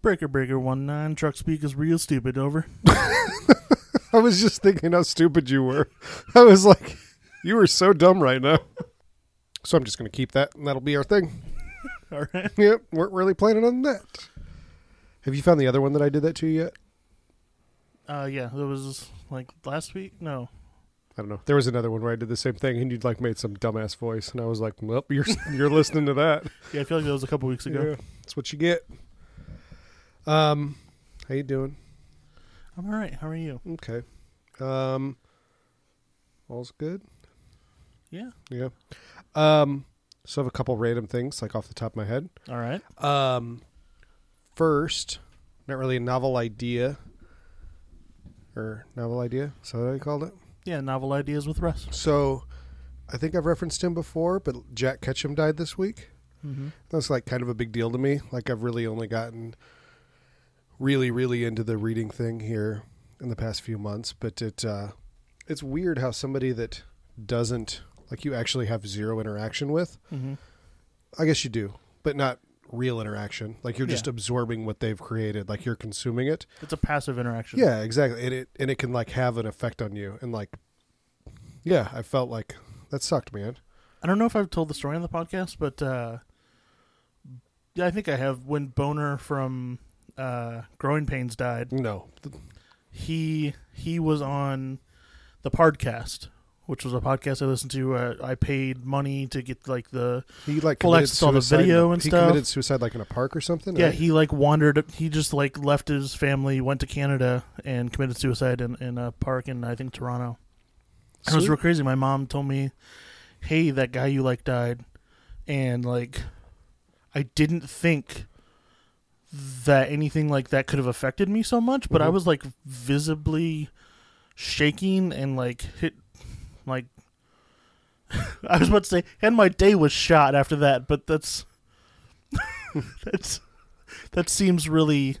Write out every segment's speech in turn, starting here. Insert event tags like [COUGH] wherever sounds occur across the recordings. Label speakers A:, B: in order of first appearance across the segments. A: Breaker Breaker One Nine Truck Speak is real stupid. Over. [LAUGHS]
B: I was just thinking how stupid you were. [LAUGHS] I was like, you are so dumb right now. So I'm just going to keep that, and that'll be our thing. [LAUGHS]
A: All right.
B: Yep, weren't really planning on that. Have you found the other one that I did that to yet?
A: Uh, yeah, that was like last week. No,
B: I don't know. There was another one where I did the same thing, and you'd like made some dumbass voice, and I was like, "Well, you're [LAUGHS] you're listening to that."
A: yeah, I feel like that was a couple weeks ago.
B: Yeah, that's what you get. Um, how you doing?
A: I'm all right. How are you?
B: Okay. Um, all's good.
A: Yeah.
B: Yeah. Um, so I have a couple random things like off the top of my head.
A: All right.
B: Um, first, not really a novel idea or novel idea. So that what I called it.
A: Yeah, novel ideas with Russ.
B: So I think I've referenced him before, but Jack Ketchum died this week.
A: Mm-hmm.
B: That's like kind of a big deal to me. Like I've really only gotten really, really into the reading thing here in the past few months, but it uh, it's weird how somebody that doesn't like you actually have zero interaction with.
A: Mm-hmm.
B: I guess you do, but not real interaction. Like you're just
A: Yeah.
B: absorbing what they've created. Like you're consuming it.
A: It's a passive interaction.
B: Yeah, exactly. And it and it can like have an effect on you. And like, yeah, I felt like that sucked, man.
A: I don't know if I've told the story on the podcast, but uh, yeah, I think I have. When Boner from uh, Growing Pains died,
B: No,
A: he he was on the podcast, which was a podcast I listened to. Uh, I paid money to get like the
B: he like
A: Full
B: committed
A: access on the
B: suicide in
A: video
B: a-
A: and
B: he
A: stuff.
B: committed suicide like in a park or something.
A: yeah.
B: right?
A: He like wandered. He just like left his family, went to Canada, and committed suicide in, in a park in I think Toronto. And It was
B: Sweet.
A: real crazy. My mom told me, "Hey, that guy you like died," and like, I didn't think that anything like that could have affected me so much, but I
B: Mhm.
A: was like visibly shaking and like hit, like. [LAUGHS] I was about to say, and my day was shot after that, but that's [LAUGHS] that's that seems really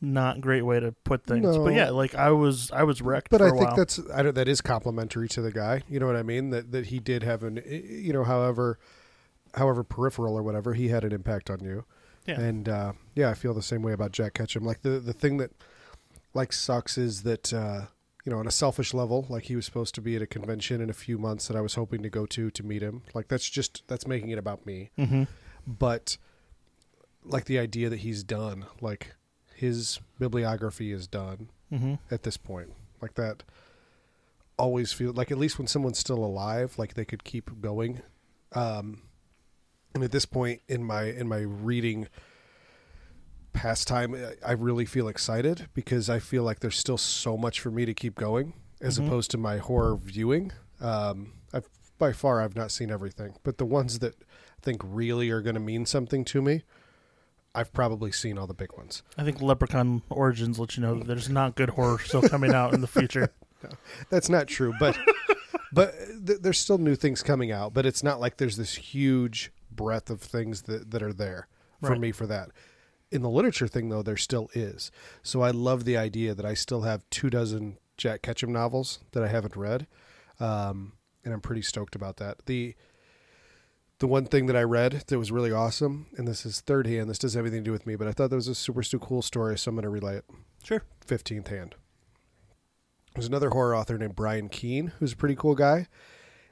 A: not great way to put things.
B: No.
A: But yeah, like I was I was wrecked.
B: But
A: for
B: I
A: a
B: think
A: while.
B: that's I don't, that is complimentary to the guy. You know what I mean? That that he did have an eh, you know, however, however peripheral or whatever, he had an impact on you.
A: Yeah.
B: And uh, yeah, I feel the same way about Jack Ketchum. Like the the thing that like sucks is that uh, you know on a selfish level, like he was supposed to be at a convention in a few months that I was hoping to go to to meet him. Like that's just that's making it about me.
A: mm-hmm.
B: But like the idea that he's done, like his bibliography is done
A: Mm-hmm.
B: at this point. Like that always feel like at least when someone's still alive, like they could keep going. Um, and at this point in my in my reading pastime, I- I really feel excited because I feel like there's still so much for me to keep going, as
A: Mhm.
B: opposed to my horror viewing. Um, I've by far I've not seen everything, but the ones that I think really are going to mean something to me, I've probably seen all the big ones.
A: I think Leprechaun Origins lets you know that there's not good horror still coming out in the
B: [LAUGHS]
A: future.
B: That's not true, but but th- there's still new things coming out, but it's not like there's this huge breadth of things that that are there for
A: Right.
B: me for that. In the literature thing though, there still is. So I love the idea that I still have two dozen Jack Ketchum novels that I haven't read. Um, and I'm pretty stoked about that. The the one thing that I read that was really awesome, and this is third hand, this doesn't have anything to do with me, but I thought that was a super, super cool story, so I'm gonna relay it
A: Sure.
B: 15th hand. There's another horror author named Brian Keene, who's a pretty cool guy.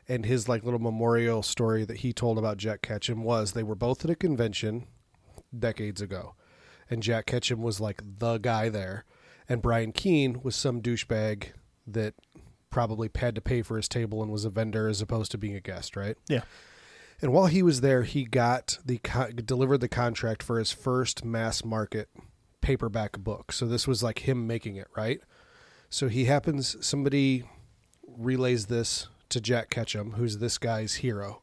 B: And his like little memorial story that he told about Jack Ketchum was they were both at a convention decades ago. And Jack Ketchum was like the guy there. And Brian Keene was some douchebag that probably had to pay for his table and was a vendor as opposed to being a guest, right?
A: Yeah.
B: And while he was there, he got the con- delivered the contract for his first mass market paperback book. So this was like him making it, right? So he happens somebody relays this to Jack Ketchum, who's this guy's hero.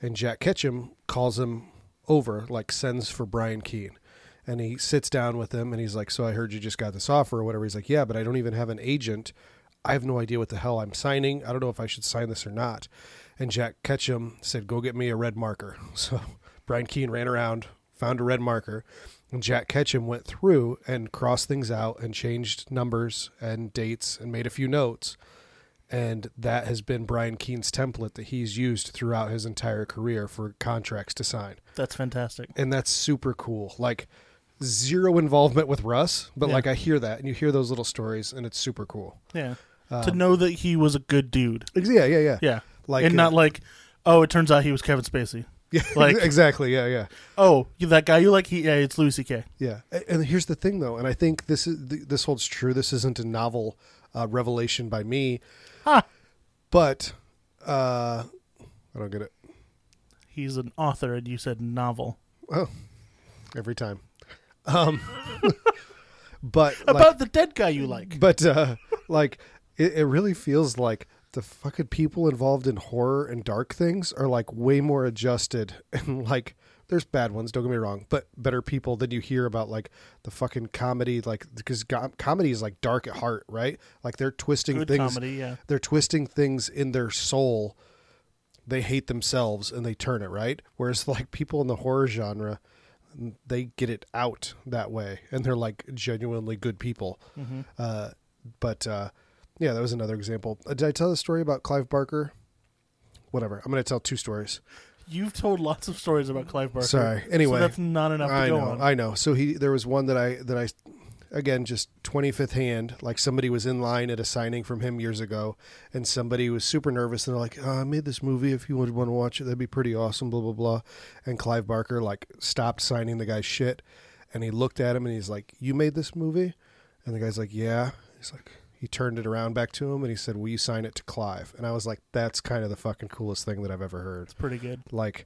B: And Jack Ketchum calls him over, like sends for Brian Keene. And he sits down with him and he's like, So I heard you just got this offer or whatever. He's like, Yeah, but I don't even have an agent. I have no idea what the hell I'm signing. I don't know if I should sign this or not. And Jack Ketchum said, Go get me a red marker. [LAUGHS] So Brian Keene ran around, found a red marker, and Jack Ketchum went through and crossed things out and changed numbers and dates and made a few notes and that has been Brian Keene's template that he's used throughout his entire career for contracts to sign.
A: That's fantastic.
B: And that's super cool. Like zero involvement with Russ, but
A: Yeah.
B: like I hear that and you hear those little stories and it's super cool. Um,
A: Yeah. to know that he was a good dude.
B: Yeah, yeah, yeah.
A: Yeah.
B: Like,
A: and
B: uh,
A: not like, oh, it turns out he was Kevin Spacey.
B: [LAUGHS] Yeah,
A: Like-
B: [LAUGHS] exactly. Yeah, yeah.
A: Oh, you- that guy you like? He, yeah, it's Louis C.K.
B: Yeah, A- and here's the thing, though, and I think this is th- this holds true. This isn't a novel uh, revelation by me,
A: Ha!
B: but uh, I don't get it.
A: He's an author, and you said novel.
B: Oh, every time. Um, [LAUGHS] but like,
A: About the dead guy you like.
B: but uh, like it, it really feels like the fucking people involved in horror and dark things are like way more adjusted [LAUGHS] and like there's bad ones don't get me wrong but better people than you hear about like the fucking comedy like because go- comedy is like dark at heart right like they're twisting
A: Good
B: things
A: comedy, yeah.
B: they're twisting things in their soul they hate themselves and they turn it right whereas [LAUGHS] like people in the horror genre they get it out that way and they're like genuinely good people uh, but uh, yeah that was another example uh, did i tell the story about clive barker whatever i'm going to tell two stories
A: You've told lots of stories about Clive Barker.
B: Sorry.
A: so
B: Anyway.
A: that's not enough to
B: I
A: go
B: know,
A: on.
B: I know. So he there was one that I that I again just 25th hand like somebody was in line at a signing from him years ago and somebody was super nervous and they're like oh, i made this movie if you would want to watch it that'd be pretty awesome blah blah blah and clive barker like stopped signing the guy's shit and he looked at him and he's like you made this movie and the guy's like yeah he's like he turned it around back to him and he said will you sign it to clive and i was like that's kind of the fucking coolest thing that i've ever heard
A: Pretty good.
B: like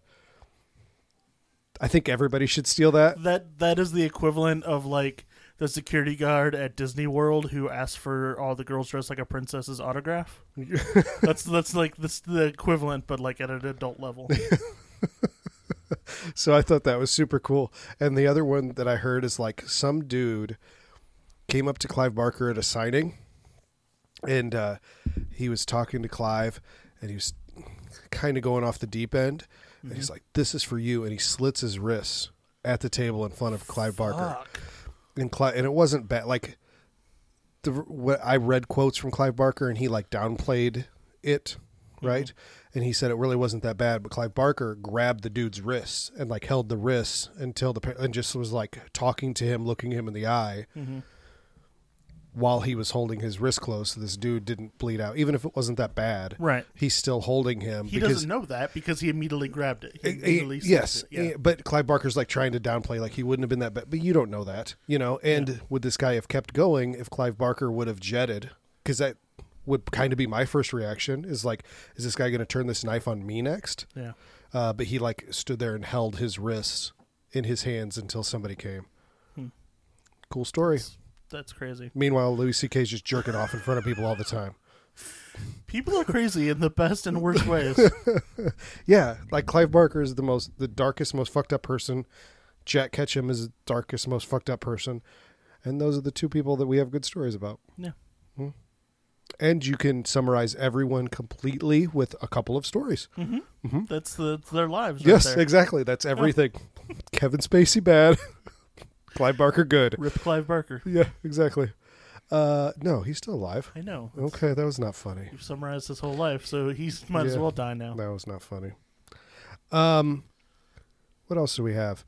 B: i think everybody should steal that [LAUGHS]
A: That that is the equivalent of like the security guard at Disney World who asked for all the girls dressed like a princess's autograph. that's that's like this the equivalent, but like at an adult
B: [LAUGHS]
A: level.
B: So I thought that was super cool. And the other one that I heard is like some dude came up to Clive Barker at a signing and uh, he was talking to Clive and he was kind of going off the deep end. And he's like, This is for you. And he slits his wrists at the table in front of Clive Barker.
A: Fuck.
B: And, Clive, and it wasn't bad. Like, the, what I read quotes from Clive Barker and he like downplayed it,
A: Mm-hmm.
B: right? And he said it really wasn't that bad, but Clive Barker grabbed the dude's wrists and like held the wrists until the pa- and just was like talking to him, looking him in the eye.
A: Mm-hmm.
B: While he was holding his wrist close, so this dude didn't bleed out. Even if it wasn't that bad,
A: Right.
B: He's still holding him
A: He
B: because
A: doesn't know that because he immediately grabbed it. He
B: Eh, eh,
A: immediately seized
B: yes,
A: it, yeah.
B: eh, but Clive Barker's like trying to downplay, like he wouldn't have been that bad. But you don't know that, you know. And would this guy have kept going if Clive Barker would have jetted? Because that would kind of be my first reaction. Is like, is this guy going to turn this knife on me next?
A: yeah.
B: Uh, but he like stood there and held his wrists in his hands until somebody came. Cool story.
A: Hmm. That's crazy.
B: Meanwhile, Louis C.K.'s just jerking off in front of people all the time.
A: People are crazy in the best and worst
B: [LAUGHS]
A: ways.
B: Yeah, like Clive Barker is the most, the darkest, most fucked up person. Jack Ketchum is the darkest, most fucked up person, and those are the two people that we have good stories about.
A: Yeah.
B: And you can summarize everyone completely with a couple of stories.
A: That's the it's their lives. right
B: yes,
A: there.
B: exactly. That's everything. Kevin Spacey bad, [LAUGHS] Clive Barker good.
A: Rip Clive Barker.
B: Yeah, exactly. Uh, no, he's still alive.
A: I know.
B: Okay, that was not funny.
A: You've summarized his whole life, so he might as
B: Yeah.
A: well die now.
B: That was not funny. Um, what else do we have?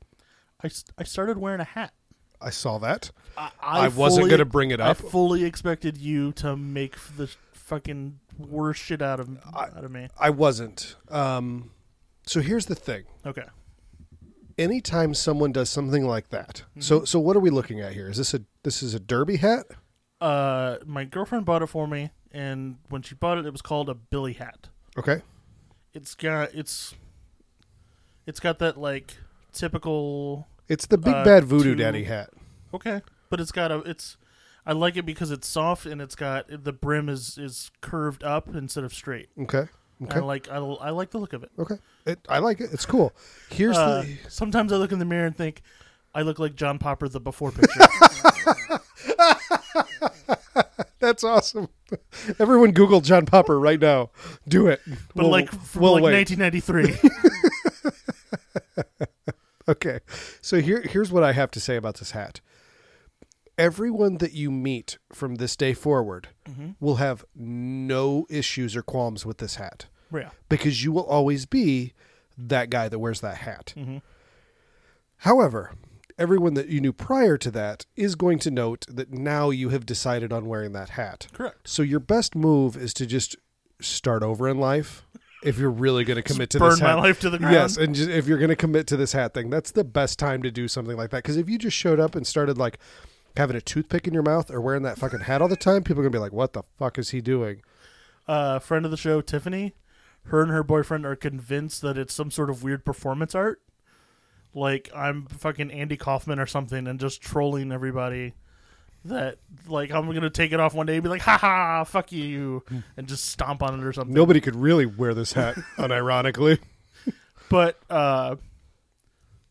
A: I, s- I started wearing a hat.
B: I saw that.
A: I,
B: I, wasn't
A: fully-
B: going to bring it
A: I
B: up.
A: fully expected you to make the fucking worst shit out of out of me.
B: I wasn't. Um, so here's the thing.
A: Okay.
B: Anytime someone does something like that,
A: Mm-hmm.
B: so so what are we looking at here? Is this a this is a derby hat?
A: Uh, my girlfriend bought it for me, and when she bought it, it was called a billy hat.
B: Okay,
A: It's got it's it's got that like typical
B: it's the big
A: Uh,
B: bad voodoo
A: to-
B: daddy hat.
A: okay, but it's got a it's. I like it because it's soft and it's got the brim is is curved up instead of straight.
B: Okay,
A: I
B: okay,
A: like I, I like the look of it.
B: okay. It, I like it. It's cool. Here's
A: Uh,
B: the
A: sometimes I look in the mirror and think, I look like John Popper, the before picture.
B: [LAUGHS] that's awesome. [LAUGHS] Everyone Google John Popper right now. Do it.
A: but
B: We'll-
A: like from
B: we'll
A: like
B: wait. [LAUGHS]
A: 1993.
B: Okay. So here here's what I have to say about this hat. everyone that you meet from this day forward
A: Mm-hmm.
B: will have no issues or qualms with this hat
A: Yeah.
B: because you will always be that guy that wears that hat.
A: Mm-hmm.
B: However, everyone that you knew prior to that is going to note that now you have decided on wearing that hat.
A: Correct.
B: So your best move is to just start over in life if you're really going to commit to
A: burn
B: this
A: my
B: hat.
A: life to the ground.
B: Yes, and just, if you're going to commit to this hat thing, that's the best time to do something like that. Because if you just showed up and started like having a toothpick in your mouth or wearing that fucking hat all the time, people are going to be like, "What the fuck is he doing?"
A: uh, friend of the show, Tiffany, her and her boyfriend are convinced that it's some sort of weird performance art. Like I'm fucking Andy Kaufman or something and just trolling everybody that like I'm gonna take it off one day and be like, ha ha, fuck you and just stomp on it or something.
B: Nobody could really wear
A: [LAUGHS]
B: this hat, unironically.
A: But uh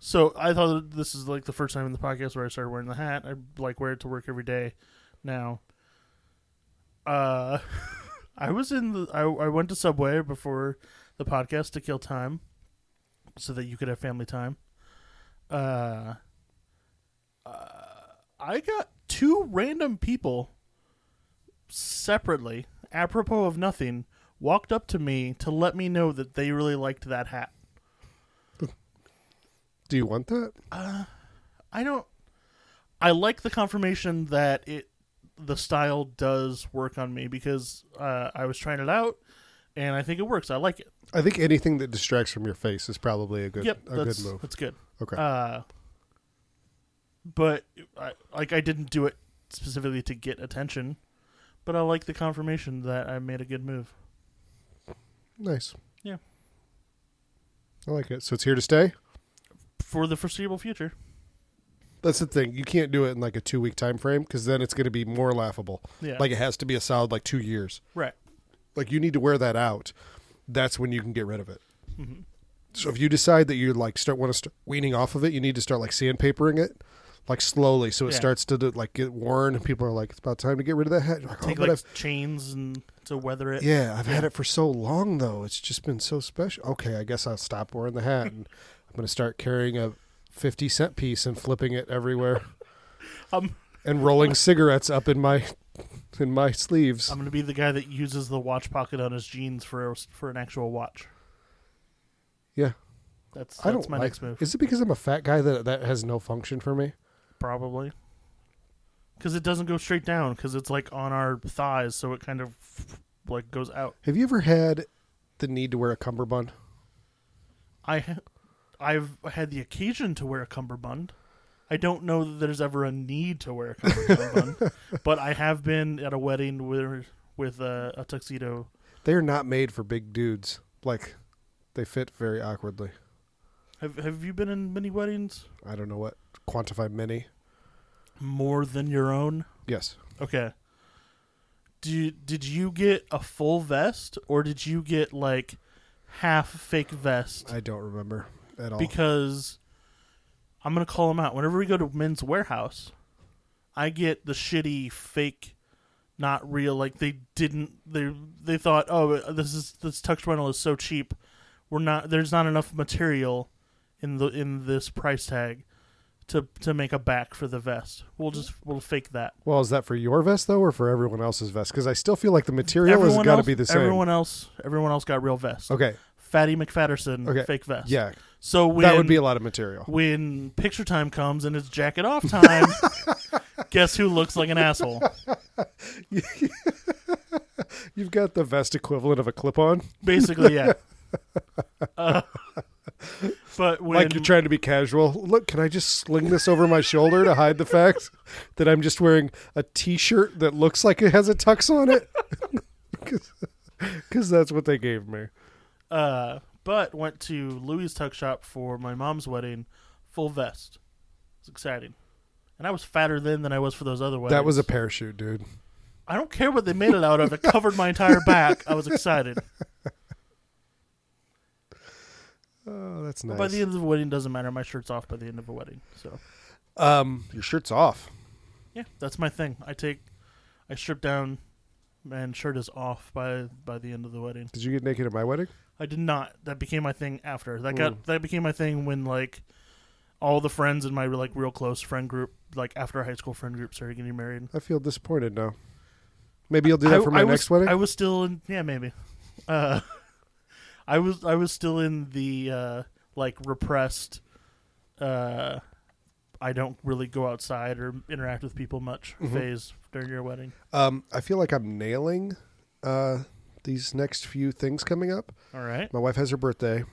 A: so I thought that this is like the first time in the podcast where I started wearing the hat. I like wear it to work every day now. Uh [LAUGHS] I was in the I, I went to Subway before the podcast to kill time so that you could have family time. Uh, uh I got two random people separately apropos of nothing walked up to me to let me know that they really liked that hat.
B: Do you want that?
A: I don't. I like the confirmation that it the style does work on me because uh, I was trying it out, and I think it works. I like it.
B: I think anything that distracts from your face is probably a good
A: Yep,
B: a
A: that's
B: good move.
A: that's good.
B: Okay.
A: Uh, but I, like I didn't do it specifically to get attention, but I like the confirmation that I made a good move.
B: nice.
A: yeah.
B: I like it. So it's here to stay.
A: For the foreseeable future,
B: That's the thing. You can't do it in like a two week time frame because then it's going to be more laughable.
A: Yeah.
B: Like it has to be a solid like two years.
A: right?
B: Like you need to wear that out. That's when you can get rid of it.
A: Mm-hmm.
B: So if you decide that you like start want to start weaning off of it, you need to start like sandpapering it, like slowly, so it
A: Yeah.
B: starts to do- like get worn. And people are like, it's about time to get rid of that hat. You're like, "Oh,
A: Take
B: but I've-
A: like chains and to weather it.
B: yeah, I've had it for so long though. It's just been so special. Okay, I guess I'll stop wearing the hat and I'm going to start carrying a 50 cent piece and flipping it everywhere
A: I'm
B: and
A: [LAUGHS]
B: rolling cigarettes up in my in my sleeves.
A: I'm gonna be the guy that uses the watch pocket on his jeans for for an actual watch.
B: yeah.
A: That's that's
B: I don't
A: my
B: like,
A: next move.
B: Is it because I'm a fat guy that that has no function for me?
A: probably because it doesn't go straight down because it's like on our thighs, so it kind of like goes out.
B: Have you ever had the need to wear a cummerbund?
A: I ha- I've had the occasion to wear a cummerbund. I don't know that there's ever a need to wear a
B: [LAUGHS]
A: cummerbund, but I have been at a wedding with with a, a tuxedo.
B: They're not made for big dudes. Like they fit very awkwardly.
A: Have Have you been in many weddings
B: I don't know what quantify mini.
A: more than your own?
B: Yes.
A: Okay. Do you- did you get a full vest or did you get like half fake vest?
B: I don't remember at all.
A: Because I'm gonna call them out. Whenever we go to Men's Warehouse, I get the shitty fake, not real. Like they didn't. They they thought, oh, this is this tux rental is so cheap. We're not. There's not enough material in the in this price tag to to make a back for the vest. We'll just we'll fake that.
B: well, is that for your vest though, or for everyone else's vest? Because I still feel like the material has got to
A: else,
B: be the same.
A: Everyone else, everyone else got real vests.
B: okay.
A: Fatty McFatterson,
B: Okay.
A: fake vest.
B: Yeah.
A: So when
B: that would be a lot of material.
A: when picture time comes and it's jacket off
B: [LAUGHS]
A: time, guess who looks like an asshole?
B: You've got the vest equivalent of a clip-on.
A: Basically,
B: [LAUGHS]
A: yeah. Uh, but when
B: like you're trying to be casual. Look, can I just sling this over my shoulder to hide the fact [LAUGHS] that I'm just wearing a t-shirt that looks like it has a tux on it? [LAUGHS] Because that's what they gave me.
A: uh, but went to Louis Tuck Shop for my mom's wedding, full vest. It's exciting, and I was fatter then than I was for those other weddings.
B: That was a parachute, dude.
A: I don't care what they made it out of. It covered my entire back. I was excited.
B: Oh, that's
A: By the
B: nice.
A: end of the wedding, doesn't matter. My shirt's off by the end of a wedding. So
B: Um, your shirt's off.
A: yeah, that's my thing. I take, I strip down, and shirt is off by by the end of the wedding.
B: Did you get naked at my wedding?
A: I did not. That became my thing after. That got that became my thing when like all the friends in my like real close friend group, like after our high school friend group, started getting married.
B: I feel disappointed now. Maybe you'll do that
A: I-
B: for my
A: I was-
B: next wedding.
A: I was still in yeah, maybe. Uh, [LAUGHS] I was I was still in the uh, like repressed uh, I don't really go outside or interact with people much
B: Mm-hmm.
A: phase during your wedding.
B: um, I feel like I'm nailing uh, these next few things coming up.
A: All right.
B: My wife has her birthday.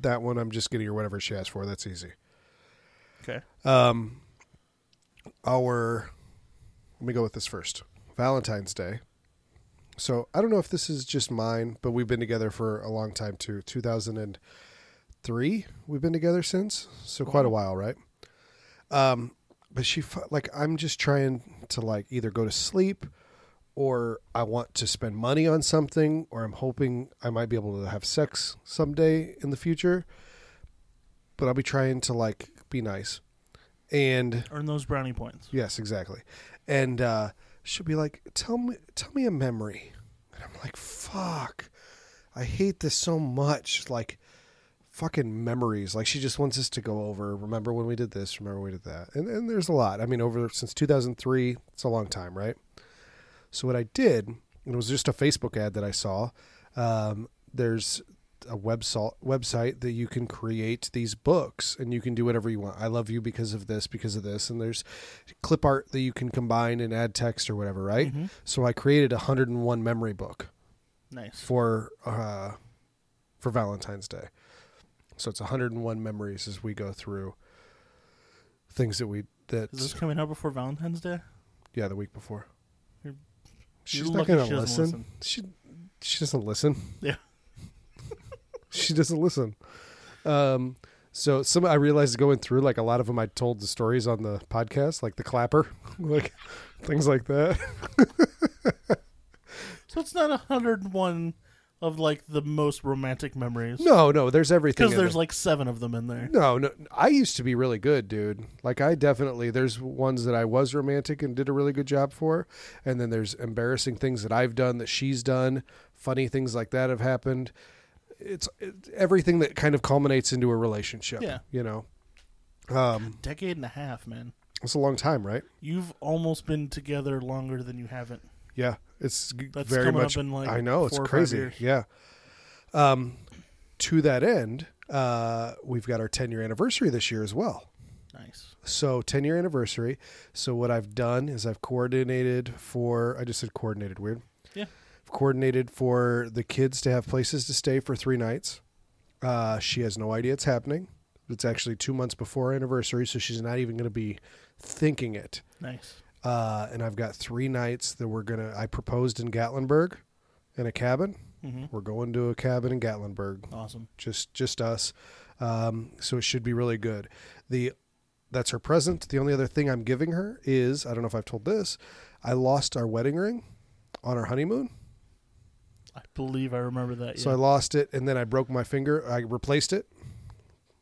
B: That one I'm just getting her whatever she asks for. That's easy.
A: Okay.
B: Um, our let me go with this first. Valentine's Day. So I don't know if this is just mine, but we've been together for a long time too. 2003, we've been together since, so quite a while, right? Um, but she fu- like I'm just trying to like either go to sleep, or I want to spend money on something, or I'm hoping I might be able to have sex someday in the future. But I'll be trying to like be nice, and
A: Earn those brownie points.
B: Yes, exactly. And uh, she'll be like, "Tell me, tell me a memory." And I'm like, "Fuck, I hate this so much." Like, fucking memories. Like she just wants us to go over. Remember when we did this? Remember when we did that? And and there's a lot. I mean, over since 2003, it's a long time, right? So what I did, and it was just a Facebook ad that I saw. Um, there's a website website that you can create these books and you can do whatever you want. I love you because of this, because of this, and there's clip art that you can combine and add text or whatever, right?
A: Mm-hmm.
B: So I created a 101 memory book
A: Nice.
B: for uh, for Valentine's Day. So it's 101 memories as we go through things that we that
A: Is this coming out before Valentine's Day?
B: yeah the week before.
A: You're-
B: She's
A: you're
B: not
A: lucky
B: gonna
A: she doesn't
B: listen.
A: listen.
B: She she doesn't listen.
A: Yeah.
B: [LAUGHS] she doesn't listen. Um. So some I realized going through like a lot of them I told the stories on the podcast like the clapper [LAUGHS] like things like that. [LAUGHS]
A: So it's not hundred and one of like the most romantic memories.
B: No, no, there's everything.
A: Because
B: in
A: there's
B: it.
A: like seven of them in there.
B: No, no. I used to be really good, dude. Like I definitely there's ones that I was romantic and did a really good job for, and then there's embarrassing things that I've done that she's done, funny things like that have happened. It's it, everything that kind of culminates into a relationship.
A: Yeah.
B: you know, um,
A: Decade and a half, man.
B: it's a long time, right?
A: You've almost been together longer than you haven't.
B: Yeah, it's g-
A: That's
B: very
A: coming up
B: much.
A: in, like,
B: I know it's
A: four or five
B: crazy.
A: years.
B: Yeah. Um, to that end, uh, we've got our 10 year anniversary this year as well.
A: Nice.
B: So 10 year anniversary. So what I've done is I've coordinated for I just said coordinated weird.
A: Yeah.
B: I've coordinated for the kids to have places to stay for 3 nights. Uh, she has no idea it's happening. It's actually 2 months before our anniversary, so she's not even going to be thinking it.
A: Nice.
B: Uh, and I've got 3 nights that we're going to I proposed in Gatlinburg in a cabin.
A: hmm
B: We're going to a cabin in Gatlinburg
A: Awesome.
B: just just us. Um, so it should be really good. The that's her present. The only other thing I'm giving her is I don't know if I've told this. I lost our wedding ring on our honeymoon,
A: I believe I remember that.
B: so
A: yeah.
B: I lost it, and then I broke my finger. I replaced it.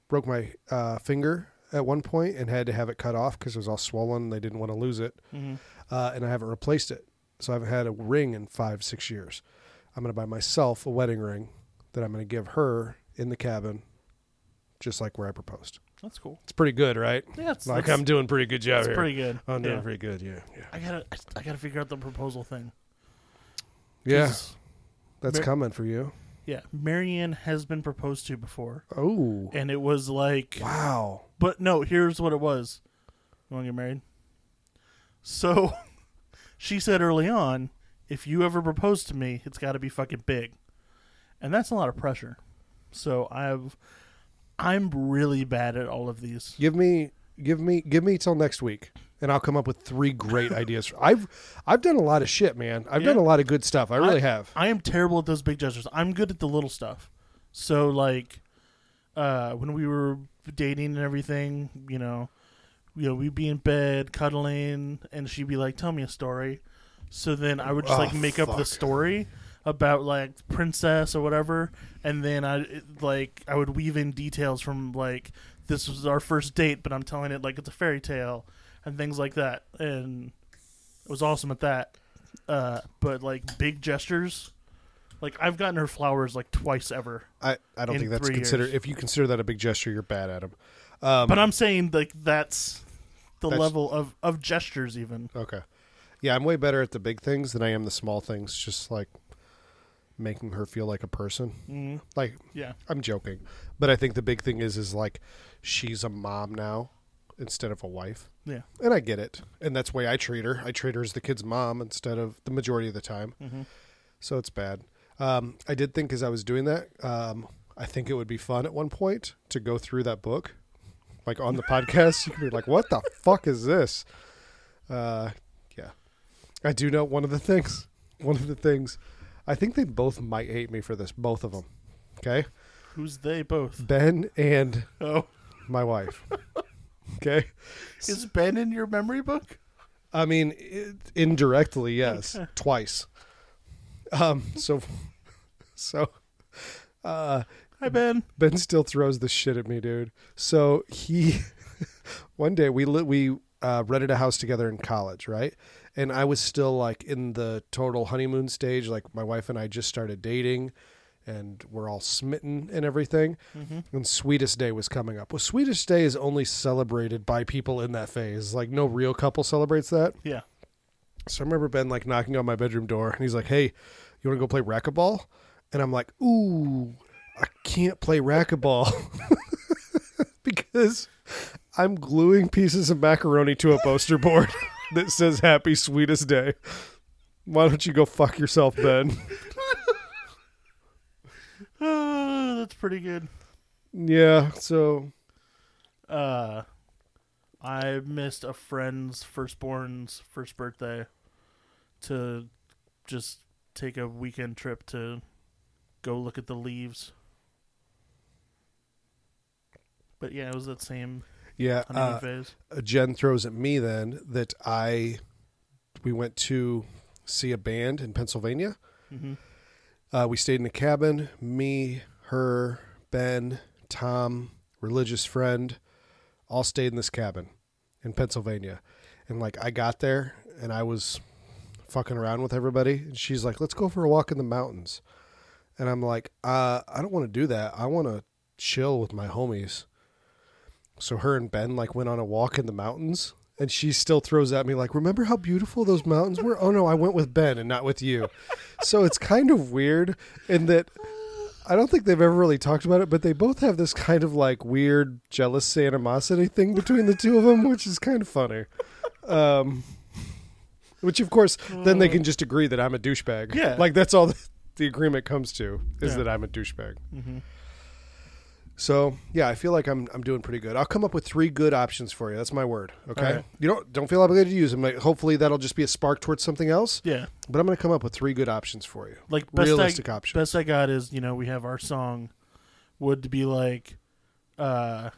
B: Broke my uh, finger at one point and had to have it cut off because it was all swollen. And they didn't want to lose it,
A: Mhm.
B: uh, and I haven't replaced it. So I haven't had a ring in five six years. I'm gonna buy myself a wedding ring that I'm gonna give her in the cabin, just like where I proposed.
A: That's cool.
B: It's pretty good, right?
A: Yeah, it's,
B: Like
A: that's,
B: I'm doing pretty good job
A: that's
B: here.
A: pretty good.
B: I'm doing
A: yeah.
B: pretty good, yeah, yeah.
A: I gotta, I gotta figure out the proposal thing.
B: Yeah,
A: 'Cause,
B: that's
A: Mar-
B: coming for you.
A: yeah. Marianne has been proposed to before,
B: Oh,
A: and it was like,
B: wow.
A: but no. Here's what it was. You want to get married? So, [LAUGHS] she said early on, if you ever propose to me, it's got to be fucking big, and that's a lot of pressure. So I've, I'm really bad at all of these.
B: Give me, give me, give me till next week, and I'll come up with three [LAUGHS] great ideas. I've, I've done a lot of shit, man. I've done
A: Yeah.
B: a lot of good stuff. I really
A: I-
B: have.
A: I am terrible at those big gestures. I'm good at the little stuff. So like uh when we were dating and everything, you know, you know, we'd be in bed cuddling and she'd be like, Tell me a story. So then I would just
B: Oh,
A: like make up the
B: fuck.
A: story about like princess or whatever and then I it- like I would weave in details from like this was our first date but I'm telling it like it's a fairy tale and things like that and it was awesome at that uh, but like big gestures. Like I've gotten her flowers like twice ever.
B: I, I don't
A: in
B: think that's
A: three
B: considered.
A: years.
B: If you consider that a big gesture, you're bad at them. Um,
A: but I'm saying like that's the
B: That's-
A: level of of gestures even.
B: Okay. Yeah, I'm way better at the big things than I am the small things. Just like making her feel like a person.
A: Mm,
B: Like
A: yeah,
B: I'm joking, but I think the big thing is is like she's a mom now instead of a wife,
A: yeah,
B: and I get it, and that's the way I treat her. I treat her as the kid's mom instead of the majority of the time.
A: Mhm.
B: So it's bad. Um, I did think as I was doing that, um, I think it would be fun at one point to go through that book, like on the podcast. You could be like, "What the fuck is this?" Uh, yeah, I do know one of the things. One of the things, I think they both might hate me for this. Both of them. Okay.
A: who's they both?
B: Ben and
A: Oh,
B: my wife. Okay.
A: is Ben in your memory book?
B: I mean, it, indirectly, yes, twice. Um. So, [LAUGHS] so, uh,
A: Hi Ben.
B: Ben still throws the shit at me, dude. So he, [LAUGHS] one day we lit, we uh, rented a house together in college, right? And I was still like in the total honeymoon stage. Like my wife and I just started dating, and we're all smitten and everything. And Sweetest Day was coming up. Well, Sweetest Day is only celebrated by people in that phase. Like no real couple celebrates that.
A: Yeah.
B: So I remember Ben like knocking on my bedroom door and he's like, Hey, you want to go play racquetball? And I'm like, Ooh, I can't play racquetball [LAUGHS] because I'm gluing pieces of macaroni to a poster board [LAUGHS] that says Happy Sweetest Day. Why don't you go fuck yourself, Ben? [LAUGHS]
A: Uh, that's pretty good.
B: yeah, so
A: Uh, I missed a friend's firstborn's first birthday to just take a weekend trip to go look at the leaves. But yeah, it was that same
B: yeah,
A: honeymoon
B: uh,
A: phase.
B: Jen throws at me then that I we went to see a band in Pennsylvania.
A: Mhm.
B: Uh, we stayed in a cabin. Me, her, Ben, Tom, religious friend, all stayed in this cabin in Pennsylvania. And like I got there and I was fucking around with everybody, and she's like, "Let's go for a walk in the mountains," and I'm like, uh, "I don't want to do that. I want to chill with my homies." So her and Ben like went on a walk in the mountains, and she still throws at me like, "Remember how beautiful those mountains were?" Oh no, I went with Ben and not with you. So it's kind of weird in that I don't think they've ever really talked about it, but they both have this kind of like weird jealous animosity thing between the two of them, which is kind of funny. Um, which of course, then they can just agree that I'm a douchebag.
A: Yeah.
B: like that's all [LAUGHS] the agreement comes to is
A: Yeah.
B: that I'm a douchebag.
A: Mhm.
B: So yeah, I feel like I'm I'm doing pretty good. I'll come up with three good options for you. That's my word. Okay.
A: All right.
B: You don't don't feel obligated to use them. Like, hopefully that'll just be a spark towards something else.
A: Yeah,
B: But I'm gonna come up with three good options for you.
A: like best
B: Realistic
A: I,
B: options.
A: Best I got is you know we have our song would be like, uh,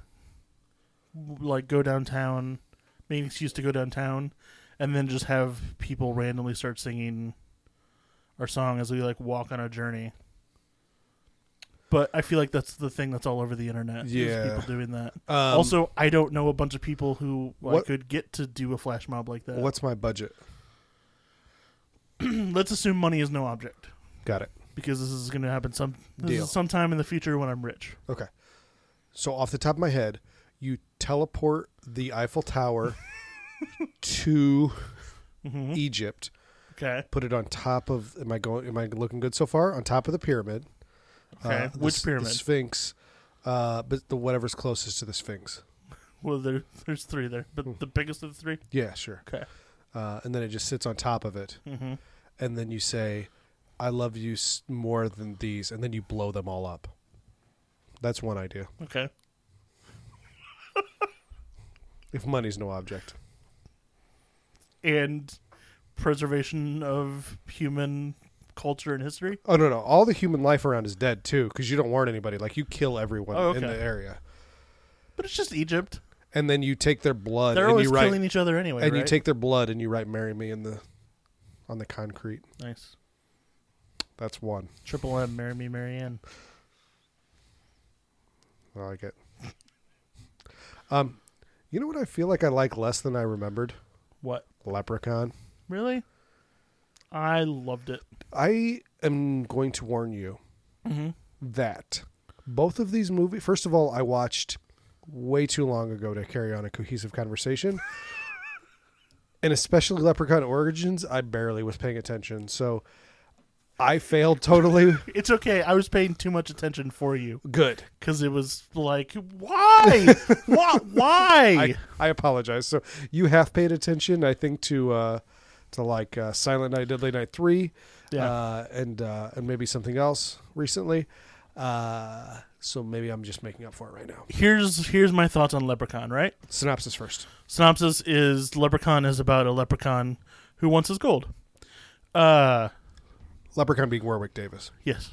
A: like go downtown, make an excuse to go downtown, and then just have people randomly start singing our song as we like walk on a journey. But I feel like that's the thing that's all over the internet. is
B: Yeah.
A: people doing that.
B: Um,
A: also, I don't know a bunch of people who I
B: What-
A: could get to do a flash mob like that. Hmm,
B: what's my budget?
A: Let's assume money is no object.
B: Got it.
A: because this is going to happen some this
B: Deal.
A: is sometime in the future when I'm rich.
B: Okay. So off the top of my head, you teleport the Eiffel Tower
A: [LAUGHS]
B: to
A: Mhm.
B: Egypt.
A: Okay.
B: Put it on top of. Am I going? Am I looking good so far? On top of the pyramid. Uh,
A: Okay.
B: the
A: Which
B: s-
A: pyramid?
B: The Sphinx. Uh, but the whatever's closest to the Sphinx.
A: Well, there, there's three there,
B: Hmm.
A: but the biggest of the three.
B: Yeah, sure.
A: Okay.
B: Uh, and then it just sits on top of it,
A: Mm-hmm.
B: and then you say, "I love you s- more than these," and then you blow them all up. That's one idea.
A: Okay.
B: If money's no object,
A: And preservation of human culture and history.
B: oh no, no, all the human life around is dead too, because you don't warn anybody. Like you kill everyone
A: Oh,
B: in
A: okay.
B: the area,
A: But it's just Egypt.
B: and then you take their blood
A: They're
B: Uh, and
A: always
B: you write,
A: killing each other anyway.
B: and you
A: right?
B: take their blood and you write "Marry Me" in the on the concrete.
A: nice
B: That's one.
A: triple M, marry me, Mary Ann.
B: I like it. [LAUGHS] Um, you know what I feel like I like less than I remembered?
A: What?
B: Leprechaun.
A: Really? I loved it.
B: I am going to warn you
A: Mm-hmm.
B: that both of these movies. First of all, I watched way too long ago to carry on a cohesive conversation. [LAUGHS] and especially Leprechaun Origins, I barely was paying attention. So I failed totally. [LAUGHS]
A: It's okay. I was paying too much attention for you
B: Good.
A: because it was like,
B: [LAUGHS]
A: why? why? Why?
B: I, I apologize. So you have paid attention, I think, to uh, to like uh, Silent Night, Deadly Night three,
A: Yeah.
B: uh, and uh, and maybe something else recently. Uh, so maybe I'm just making up for it right now.
A: here's here's my thoughts on Leprechaun. Right.
B: Synopsis first.
A: synopsis is Leprechaun is about a leprechaun who wants his gold. Uh,
B: Leprechaun being Warwick Davis.
A: yes,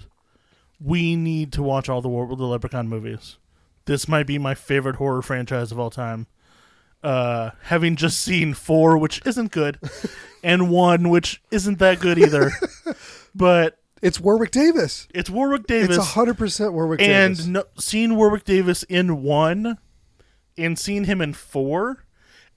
A: we need to watch all the War- the Leprechaun movies. This might be my favorite horror franchise of all time. Uh, having just seen four, which isn't good, and one, which isn't that good either, but
B: It's Warwick Davis.
A: it's Warwick
B: It's
A: Davis,
B: It's hundred percent Warwick Davis.
A: and no, seeing Warwick Davis in one, and seeing him in four,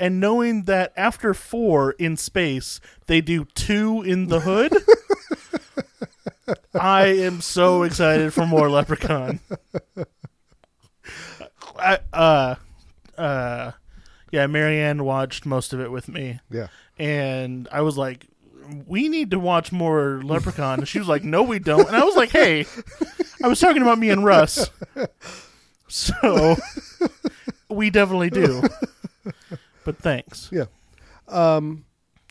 A: and knowing that after four in space they do two in the hood,
B: [LAUGHS]
A: I am so excited for more Leprechaun. I, uh, uh, yeah, Marianne watched most of it with me
B: Yeah.
A: and I was like, "We need to watch more Leprechaun." And she was like, "No, we don't." And I was like, "Hey, I was talking about me and Russ, so we definitely do." But thanks.
B: Yeah. Um,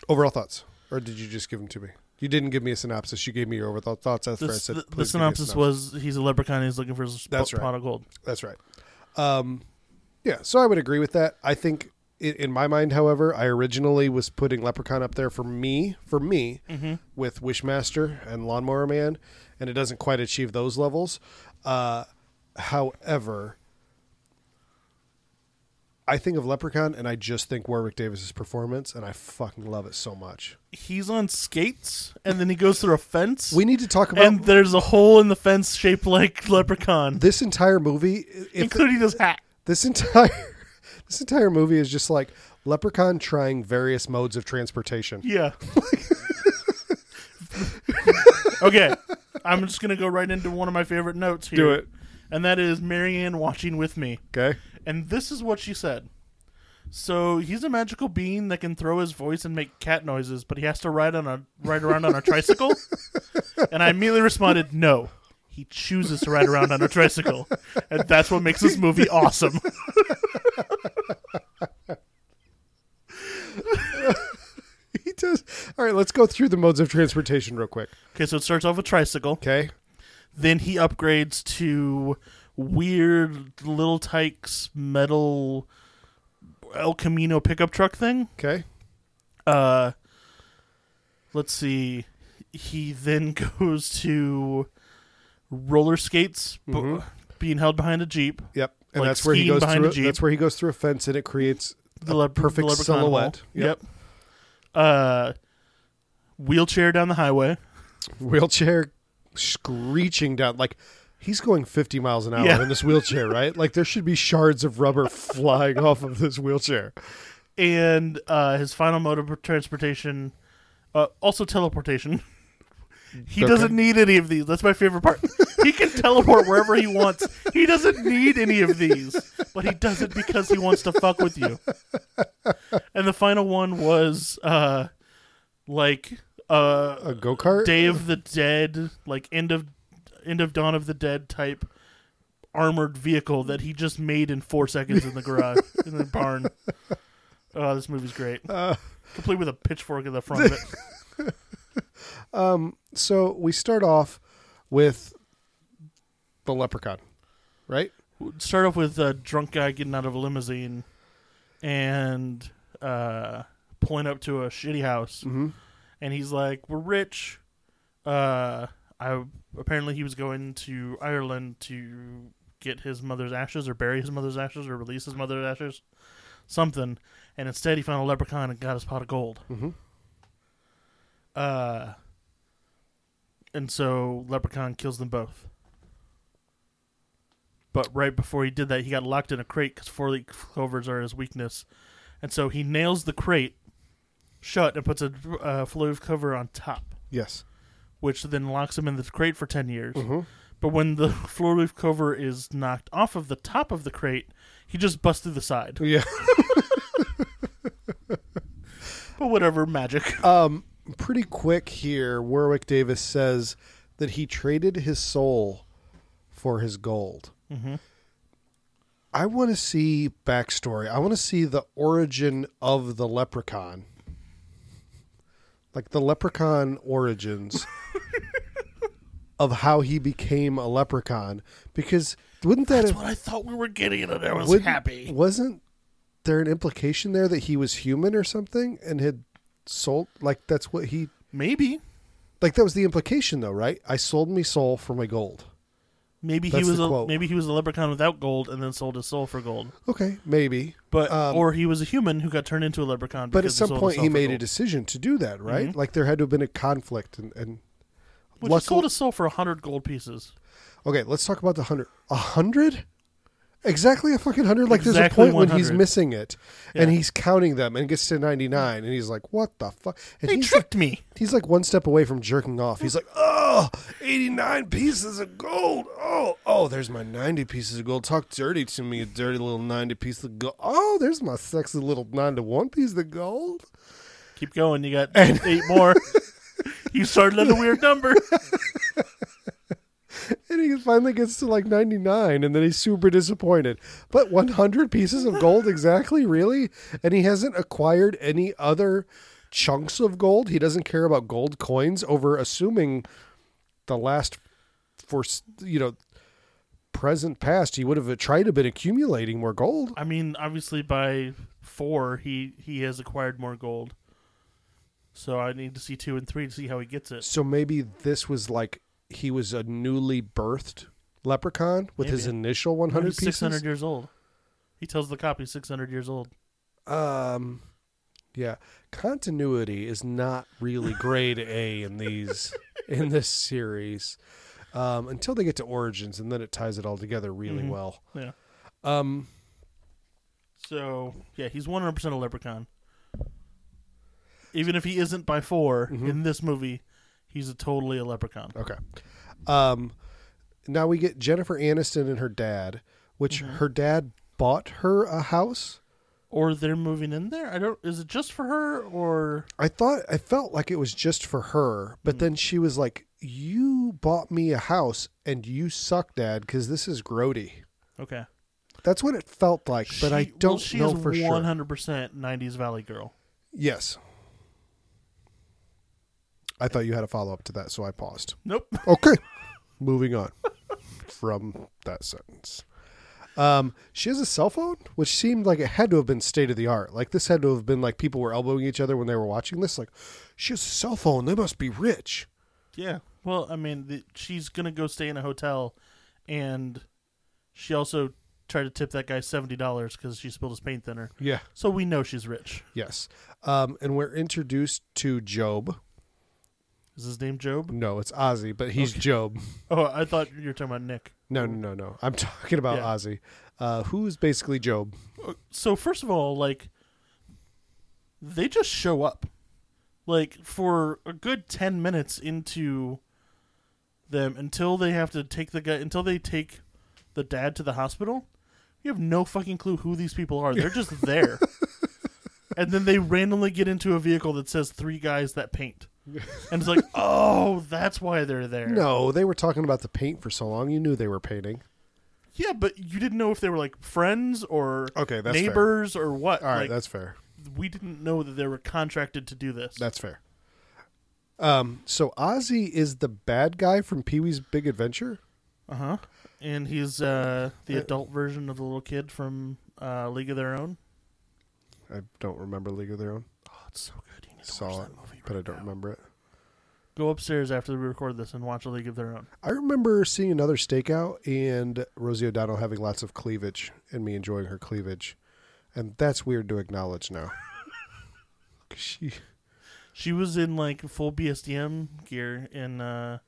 B: overall thoughts, or did you just give them to me? You didn't give me a synopsis. You gave me your overall thoughts. That's
A: The,
B: where I said.
A: the- the
B: please give me a
A: synopsis was: He's a leprechaun. He's looking for his sp-
B: That's right.
A: pot of gold.
B: That's right. Um, yeah, so I would agree with that. I think in, in my mind, however, I originally was putting Leprechaun up there for me, for me, with Wishmaster and Lawnmower Man, and it doesn't quite achieve those levels. Uh, however, I think of Leprechaun, and I just think Warwick Davis's performance, and I fucking love it so much.
A: He's on skates, and then he goes through a fence.
B: We need to talk about
A: and there's a hole in the fence shaped like leprechaun,
B: this entire movie. If
A: including his hat.
B: this entire [LAUGHS] this entire movie is just like leprechaun trying various modes of transportation
A: Yeah. [LAUGHS] okay. I'm just going to go right into one of my favorite notes here.
B: Do it.
A: And that is Marianne watching with me.
B: okay [LAUGHS]
A: And this is what she said. So he's a magical being that can throw his voice and make cat noises, but he has to ride on a ride around on a tricycle. and I immediately responded, "No, he chooses to ride around on a tricycle, and that's what makes this movie awesome."
B: he does all right let's go through the modes of transportation real quick
A: Okay, so it starts off with tricycle.
B: okay
A: then he upgrades to weird little tykes metal El Camino pickup truck thing.
B: okay
A: Uh let's see. He then [LAUGHS] goes to roller skates bu-
B: Mm-hmm.
A: being held behind a Jeep.
B: yep and
A: Like
B: that's where he
A: skiing
B: goes
A: behind
B: through
A: a Jeep.
B: that's where he goes through a fence and it creates a
A: lep-
B: perfect
A: leprechaun
B: silhouette
A: hole. Yep. Uh wheelchair down the highway.
B: wheelchair screeching down like he's going 50 miles an hour
A: Yeah.
B: in this wheelchair right like there should be shards of rubber [LAUGHS] flying off of this wheelchair
A: And uh his final mode of transportation uh, also teleportation. [LAUGHS] He
B: Okay.
A: doesn't need any of these. That's my favorite part. [LAUGHS] he can teleport wherever he wants. He doesn't need any of these, but he does it because he wants to fuck with you. And the final one was uh like uh
B: a go-kart
A: Day of the Dead, like end of end of Dawn of the Dead type armored vehicle that he just made in 4 seconds in the garage in the barn. Oh, this movie's great. Complete with a pitchfork in the front of it.
B: Um, so we start off with the leprechaun, right?
A: start off with a drunk guy getting out of a limousine and uh, pulling up to a shitty house,
B: Mm-hmm.
A: and he's like, "We're rich." Uh, I apparently he was going to Ireland to get his mother's ashes, or bury his mother's ashes, or release his mother's ashes, something. And instead, he found a leprechaun and got his pot of gold.
B: Mm-hmm.
A: Uh, and so Leprechaun kills them both. But right before he did that, he got locked in a crate because four leaf clovers are his weakness, and so he nails the crate shut and puts a uh, four leaf cover on top,
B: Yes.
A: which then locks him in the crate for ten years.
B: Mm-hmm.
A: [LAUGHS] But when the floor leaf cover is knocked off of the top of the crate, He just busts through the side.
B: Oh, Yeah. [LAUGHS]
A: But whatever,
B: [LAUGHS]
A: magic.
B: Um, Pretty quick here, Warwick Davis says that he traded his soul for his gold. I want to see backstory. I want to see the origin of the leprechaun. Like the leprechaun origins of how he became a leprechaun. Because wouldn't that
A: That's
B: have
A: what I thought we were getting, and I was
B: Wouldn't-
A: happy.
B: Wasn't there an implication there that he was human or something and had sold? Like that's what he.
A: Maybe,
B: Like that was the implication though, right? I sold me soul for my gold.
A: maybe he
B: That's
A: was
B: the
A: a
B: quote.
A: maybe he was a leprechaun without gold, and then sold his soul for gold.
B: Okay, maybe.
A: But
B: Um,
A: or he was a human who got turned into a leprechaun.
B: But at
A: because he
B: some
A: sold his
B: point
A: soul
B: he
A: for
B: made a
A: gold.
B: decision to do that, right?
A: Mhm.
B: Like there had to have been a conflict and. and
A: Which he
B: luckily-
A: sold his soul for hundred gold pieces.
B: okay, let's talk about the hundred. A hundred. Exactly a fucking hundred. Like there's a
A: Exactly
B: point when he's
A: 100.
B: missing it, and
A: Yeah.
B: he's counting them, and gets to ninety nine, and he's like, "What the fuck?" And
A: They
B: he's
A: tricked me.
B: He's like one step away from jerking off. He's like, oh, 89 pieces of gold. Oh, oh, there's my 90 pieces of gold. Talk dirty to me, you dirty little 90 piece of gold. Oh, there's my sexy little 91 piece of gold.
A: Keep going. You
B: [LAUGHS]
A: got eight more. you started at a weird number.
B: And he finally gets to like 99 and then he's super disappointed. But 100 pieces of
A: [LAUGHS]
B: gold exactly? Really? And he hasn't acquired any other chunks of gold. He doesn't care about gold coins over assuming the last for you know present past he would have tried to been accumulating more gold.
A: I mean, obviously by four, he he has acquired more gold. So I need to see two and three to see how he gets it.
B: So maybe this was like he was a newly birthed leprechaun with his
A: Maybe.
B: initial 100
A: He's six
B: pieces.
A: hundred years old. He tells the cop he's six hundred years old.
B: Um, yeah, continuity is not really grade A in these in this series um, until they get to Origins, and then it ties it all together really
A: Mhm.
B: well.
A: Yeah.
B: Um,
A: So yeah, he's one hundred percent a leprechaun. Even if he isn't by 4
B: Mm-hmm.
A: in this movie, he's a totally a leprechaun.
B: okay. Um, now we get Jennifer Aniston and her dad, which her dad bought her a house.
A: Or they're moving in there. I don't. Is it just for her or?
B: I thought I felt like it was just for her, but then she was like, "You bought me a house, and you suck, Dad, because this is grody."
A: Okay.
B: That's what it felt like, but I
A: She- well,
B: don't
A: she
B: know
A: is
B: for sure.
A: 100% 90s Valley Girl.
B: Yes. I thought you had a follow up to that, so I paused.
A: Nope.
B: Okay. Moving on [LAUGHS] from that sentence. Um, she has a cell phone, which seemed like it had to have been state of the art. Like this had to have been like people were elbowing each other when they were watching this. Like, she has a cell phone. They must be rich.
A: Yeah. Well, I mean, the, she's going to go stay in a hotel, and she also tried to tip that guy $70 because she spilled his paint thinner.
B: Yeah.
A: So we know she's rich.
B: Yes. Um, and we're introduced to Job.
A: Is his name Job?
B: No, it's Ozzy, but he's Job.
A: Oh, I thought you were talking about Nick.
B: No, no, no, no. I'm [LAUGHS] talking about
A: Yeah.
B: Ozzy, uh, who's basically Job.
A: So, first of all, like, they just show up. Like, for a good 10 minutes into them until they have to take the guy, until they take the dad to the hospital, you have no fucking clue who these people are. They're just
B: [LAUGHS]
A: there. and then they randomly get into a vehicle that says three guys that
B: [LAUGHS]
A: paint. And it's like, oh, that's why they're there.
B: No, they were talking about the paint for so long. You knew they were painting.
A: Yeah, but you didn't know if they were like friends or
B: Okay, Oh, that's fair.
A: neighbors or what.
B: All right,
A: Like,
B: that's fair.
A: we didn't know that they were contracted to do this.
B: That's fair. Um, so Ozzy is the bad guy from Pee Wee's Big Adventure.
A: Uh huh. And he's uh, the adult version of the little kid from uh, League of Their Own.
B: I don't remember League of Their Own.
A: Oh, it's so good. You need to watch
B: Saw it,
A: that movie.
B: but I don't remember it.
A: Go upstairs after we record this and watch A League of Their Own.
B: I remember seeing another stakeout and Rosie O'Donnell having lots of cleavage and me enjoying her cleavage, and that's weird to acknowledge now. 'Cause she
A: She was in like full BSDM gear in uh,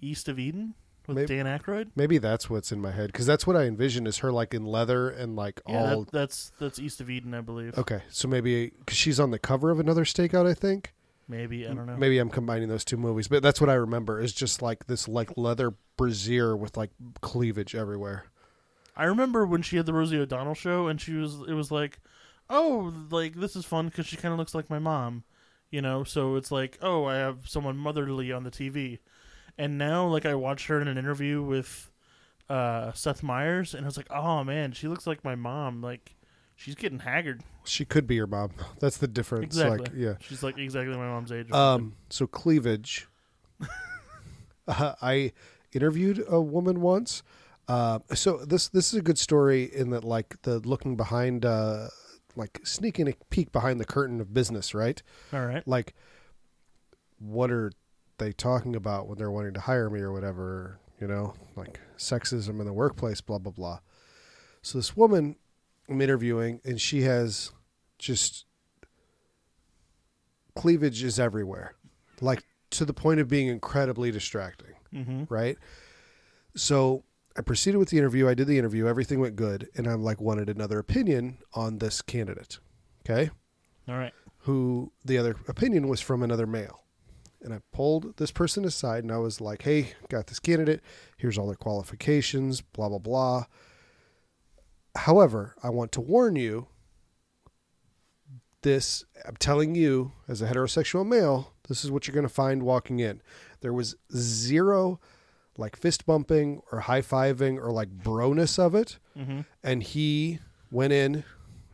A: East of Eden with
B: Maybe-
A: Dan Aykroyd.
B: maybe that's what's in my head because that's what I envision is her like in leather and like
A: Yeah,
B: all
A: that, that's that's East of Eden, I believe.
B: Okay, so maybe because she's on the cover of another stakeout, I think.
A: Maybe I don't know.
B: Maybe I'm combining those two movies, but that's what I remember is just like this like leather brassiere with like cleavage everywhere.
A: I remember when she had the Rosie O'Donnell show, and she was it was like, oh, like this is fun because she kind of looks like my mom, you know. So it's like, oh, I have someone motherly on the TV, and now like I watched her in an interview with uh, Seth Meyers, and I was like, oh man, she looks like my mom. Like she's getting haggard.
B: She could be your mom. [LAUGHS] That's the difference.
A: Exactly.
B: Like, yeah.
A: She's like exactly my mom's age.
B: Um, so cleavage. [LAUGHS] uh, I interviewed a woman once. Uh, so this this is a good story in that like the looking behind, uh, like sneaking a peek behind the curtain of business, right?
A: All right.
B: Like, what are they talking about when they're wanting to hire me or whatever? You know, like sexism in the workplace, blah blah blah. So this woman I'm interviewing, and she has just cleavage is everywhere, like to the point of being incredibly distracting,
A: Mm-hmm.
B: right? So I proceeded with the interview. I did the interview. Everything went good, and I'm like wanted another opinion on this candidate. Okay,
A: All right.
B: who the other opinion was from another male. And I pulled this person aside and I was like, hey, got this candidate. Here's all their qualifications, blah, blah, blah. However, I want to warn you this, I'm telling you, as a heterosexual male, this is what you're going to find walking in. There was zero like fist bumping or high fiving or like broness of it
A: Mm-hmm.
B: and he went in,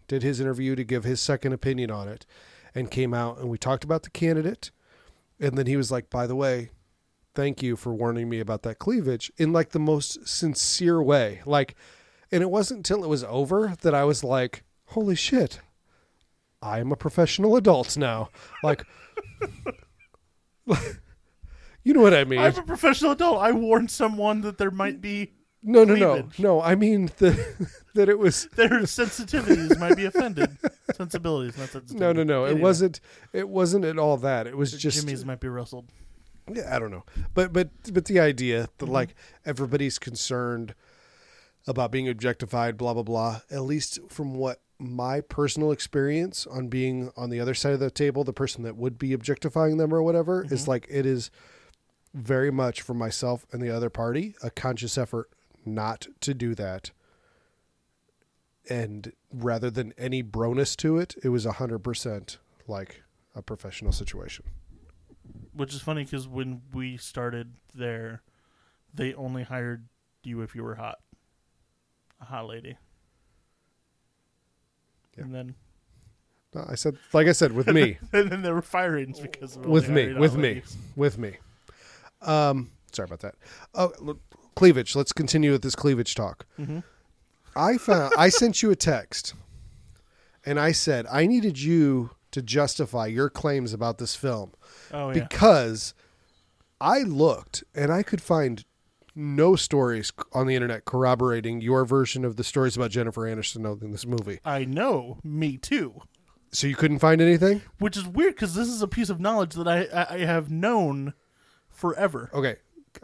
B: did his interview to give his second opinion on it, and came out and we talked about the candidate, and then he was like, "By the way, thank you for warning me about that cleavage," in like the most sincere way, like, and it wasn't till it was over that I was like, "Holy shit, I am a professional adult now," like. [LAUGHS] You know what I mean?
A: I'm a professional adult. I warned someone that there might be
B: no, no, no,
A: cleavage.
B: no. I mean [LAUGHS] the, that it was
A: their sensitivities might be offended. Sensibilities, not sensitivities.
B: No, no, no. It
A: Anyway,
B: wasn't. It wasn't at all that. It was
A: their
B: just.
A: Jimmy's might be rustled.
B: Yeah, I don't know, but but but the idea that like everybody's concerned about being objectified, blah blah blah. At least from what my personal experience on being on the other side of the table, the person that would be objectifying them or whatever is like it is very much for myself and the other party a conscious effort not to do that. And rather than any broness to it, it was hundred percent like a professional situation.
A: Which is funny because when we started there, they only hired you if you were hot, a hot lady.
B: Yeah.
A: And then, [LAUGHS]
B: No, I said, like I said, with me,
A: and then there were firings because of
B: with
A: only
B: me,
A: hiring
B: with
A: hot
B: me,
A: ladies.
B: with me. Um, sorry about that. Oh, look, cleavage. Let's continue with this cleavage talk.
A: Mhm.
B: I found I sent you a text, and I said I needed you to justify your claims about this film
A: Oh yeah,
B: because I looked and I could find no stories on the internet corroborating your version of the stories about Jennifer Aniston in this movie.
A: I know. Me too.
B: So you couldn't find anything.
A: Which is weird because this is a piece of knowledge that I, I I have known forever.
B: Okay.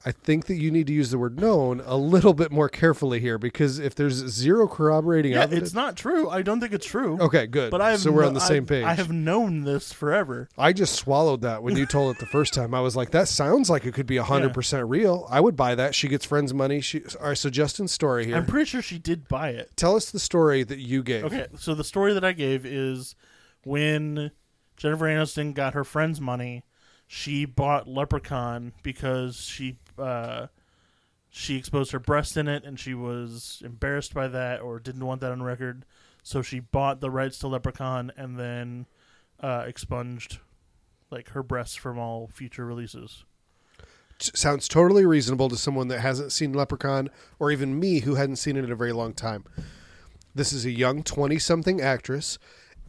B: I think that you need to use the word known a little bit more carefully here because if there's zero corroborating
A: Yeah,
B: evidence.
A: it's not true. I don't think it's true.
B: okay, good.
A: But I have
B: so we're
A: kno-
B: on the
A: I've-
B: same page.
A: I have known this forever.
B: I just swallowed that when you told it the first time. I was like, that sounds like it could be 100% real. I would buy that. She gets friends' money. She, all right, so Justin's story here.
A: I'm pretty sure she did buy it.
B: Tell us the story that you gave.
A: Okay, so the story that I gave is when Jennifer Aniston got her friend's money, she bought Leprechaun because she uh, she exposed her breast in it and she was embarrassed by that or didn't want that on record. So she bought the rights to Leprechaun and then uh, expunged like her breasts from all future releases.
B: T- sounds totally reasonable to someone that hasn't seen Leprechaun or even me who hadn't seen it in a very long time. This is a young 20 something actress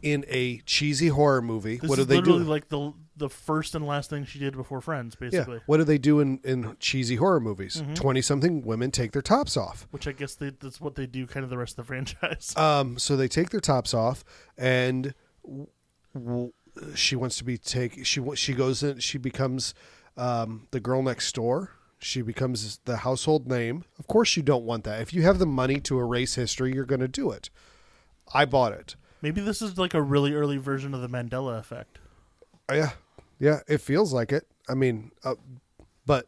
B: in a cheesy horror movie.
A: This
B: what do
A: is
B: they do?
A: literally like the the first and last thing she did before Friends, basically.
B: Yeah. What do they do in, in cheesy horror movies? 20 something women take their tops off.
A: Which I guess they, that's what they do, kind of the rest of the [LAUGHS] franchise.
B: Um, so they take their tops off and w- w- she wants to be take she wa- she goes in she becomes um, the girl next door. She becomes the household name. Of course you don't want that. If you have the money to erase history, you're going to do it. I bought it.
A: Maybe this is like a really early version of the Mandela effect.
B: Oh, Yeah, yeah, it feels like it. I mean, uh, but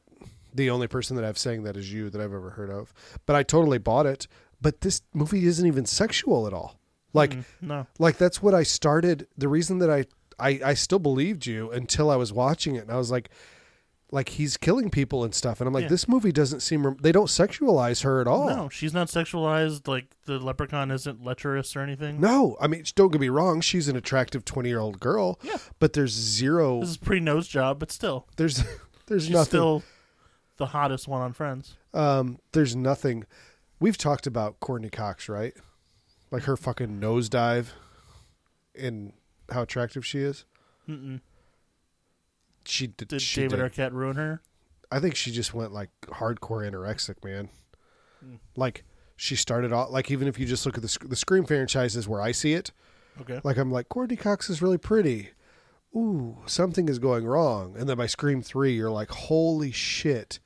B: the only person that I've saying that is you that I've ever heard of. But I totally bought it. But this movie isn't even sexual at all. Like
A: Mm, no.
B: like that's what I started. The reason that I, I I still believed you until I was watching it, and I was like, like he's killing people and stuff, and I'm like,
A: Yeah.
B: this movie doesn't seem. rom- They don't sexualize her at all.
A: No, she's not sexualized. Like the leprechaun isn't lecherous or anything.
B: No, I mean, don't get me wrong. She's an attractive twenty year old girl.
A: Yeah.
B: But there's zero.
A: This is pre nose job, but still,
B: There's [LAUGHS] there's
A: she's
B: nothing.
A: still the hottest one on Friends.
B: um. There's nothing. We've talked about Courtney Cox, right? Like her fucking nosedive, and how attractive she is.
A: Mm-mm.
B: She did.
A: Did
B: she
A: David
B: did.
A: Arquette ruin her?
B: I think she just went like hardcore anorexic, man.
A: Hmm.
B: Like she started off like even if you just look at the sc- the Scream franchise is where I see it.
A: Okay.
B: Like I'm like Courtney Cox is really pretty. Ooh, something is going wrong. And then by Scream three, you're like, holy shit,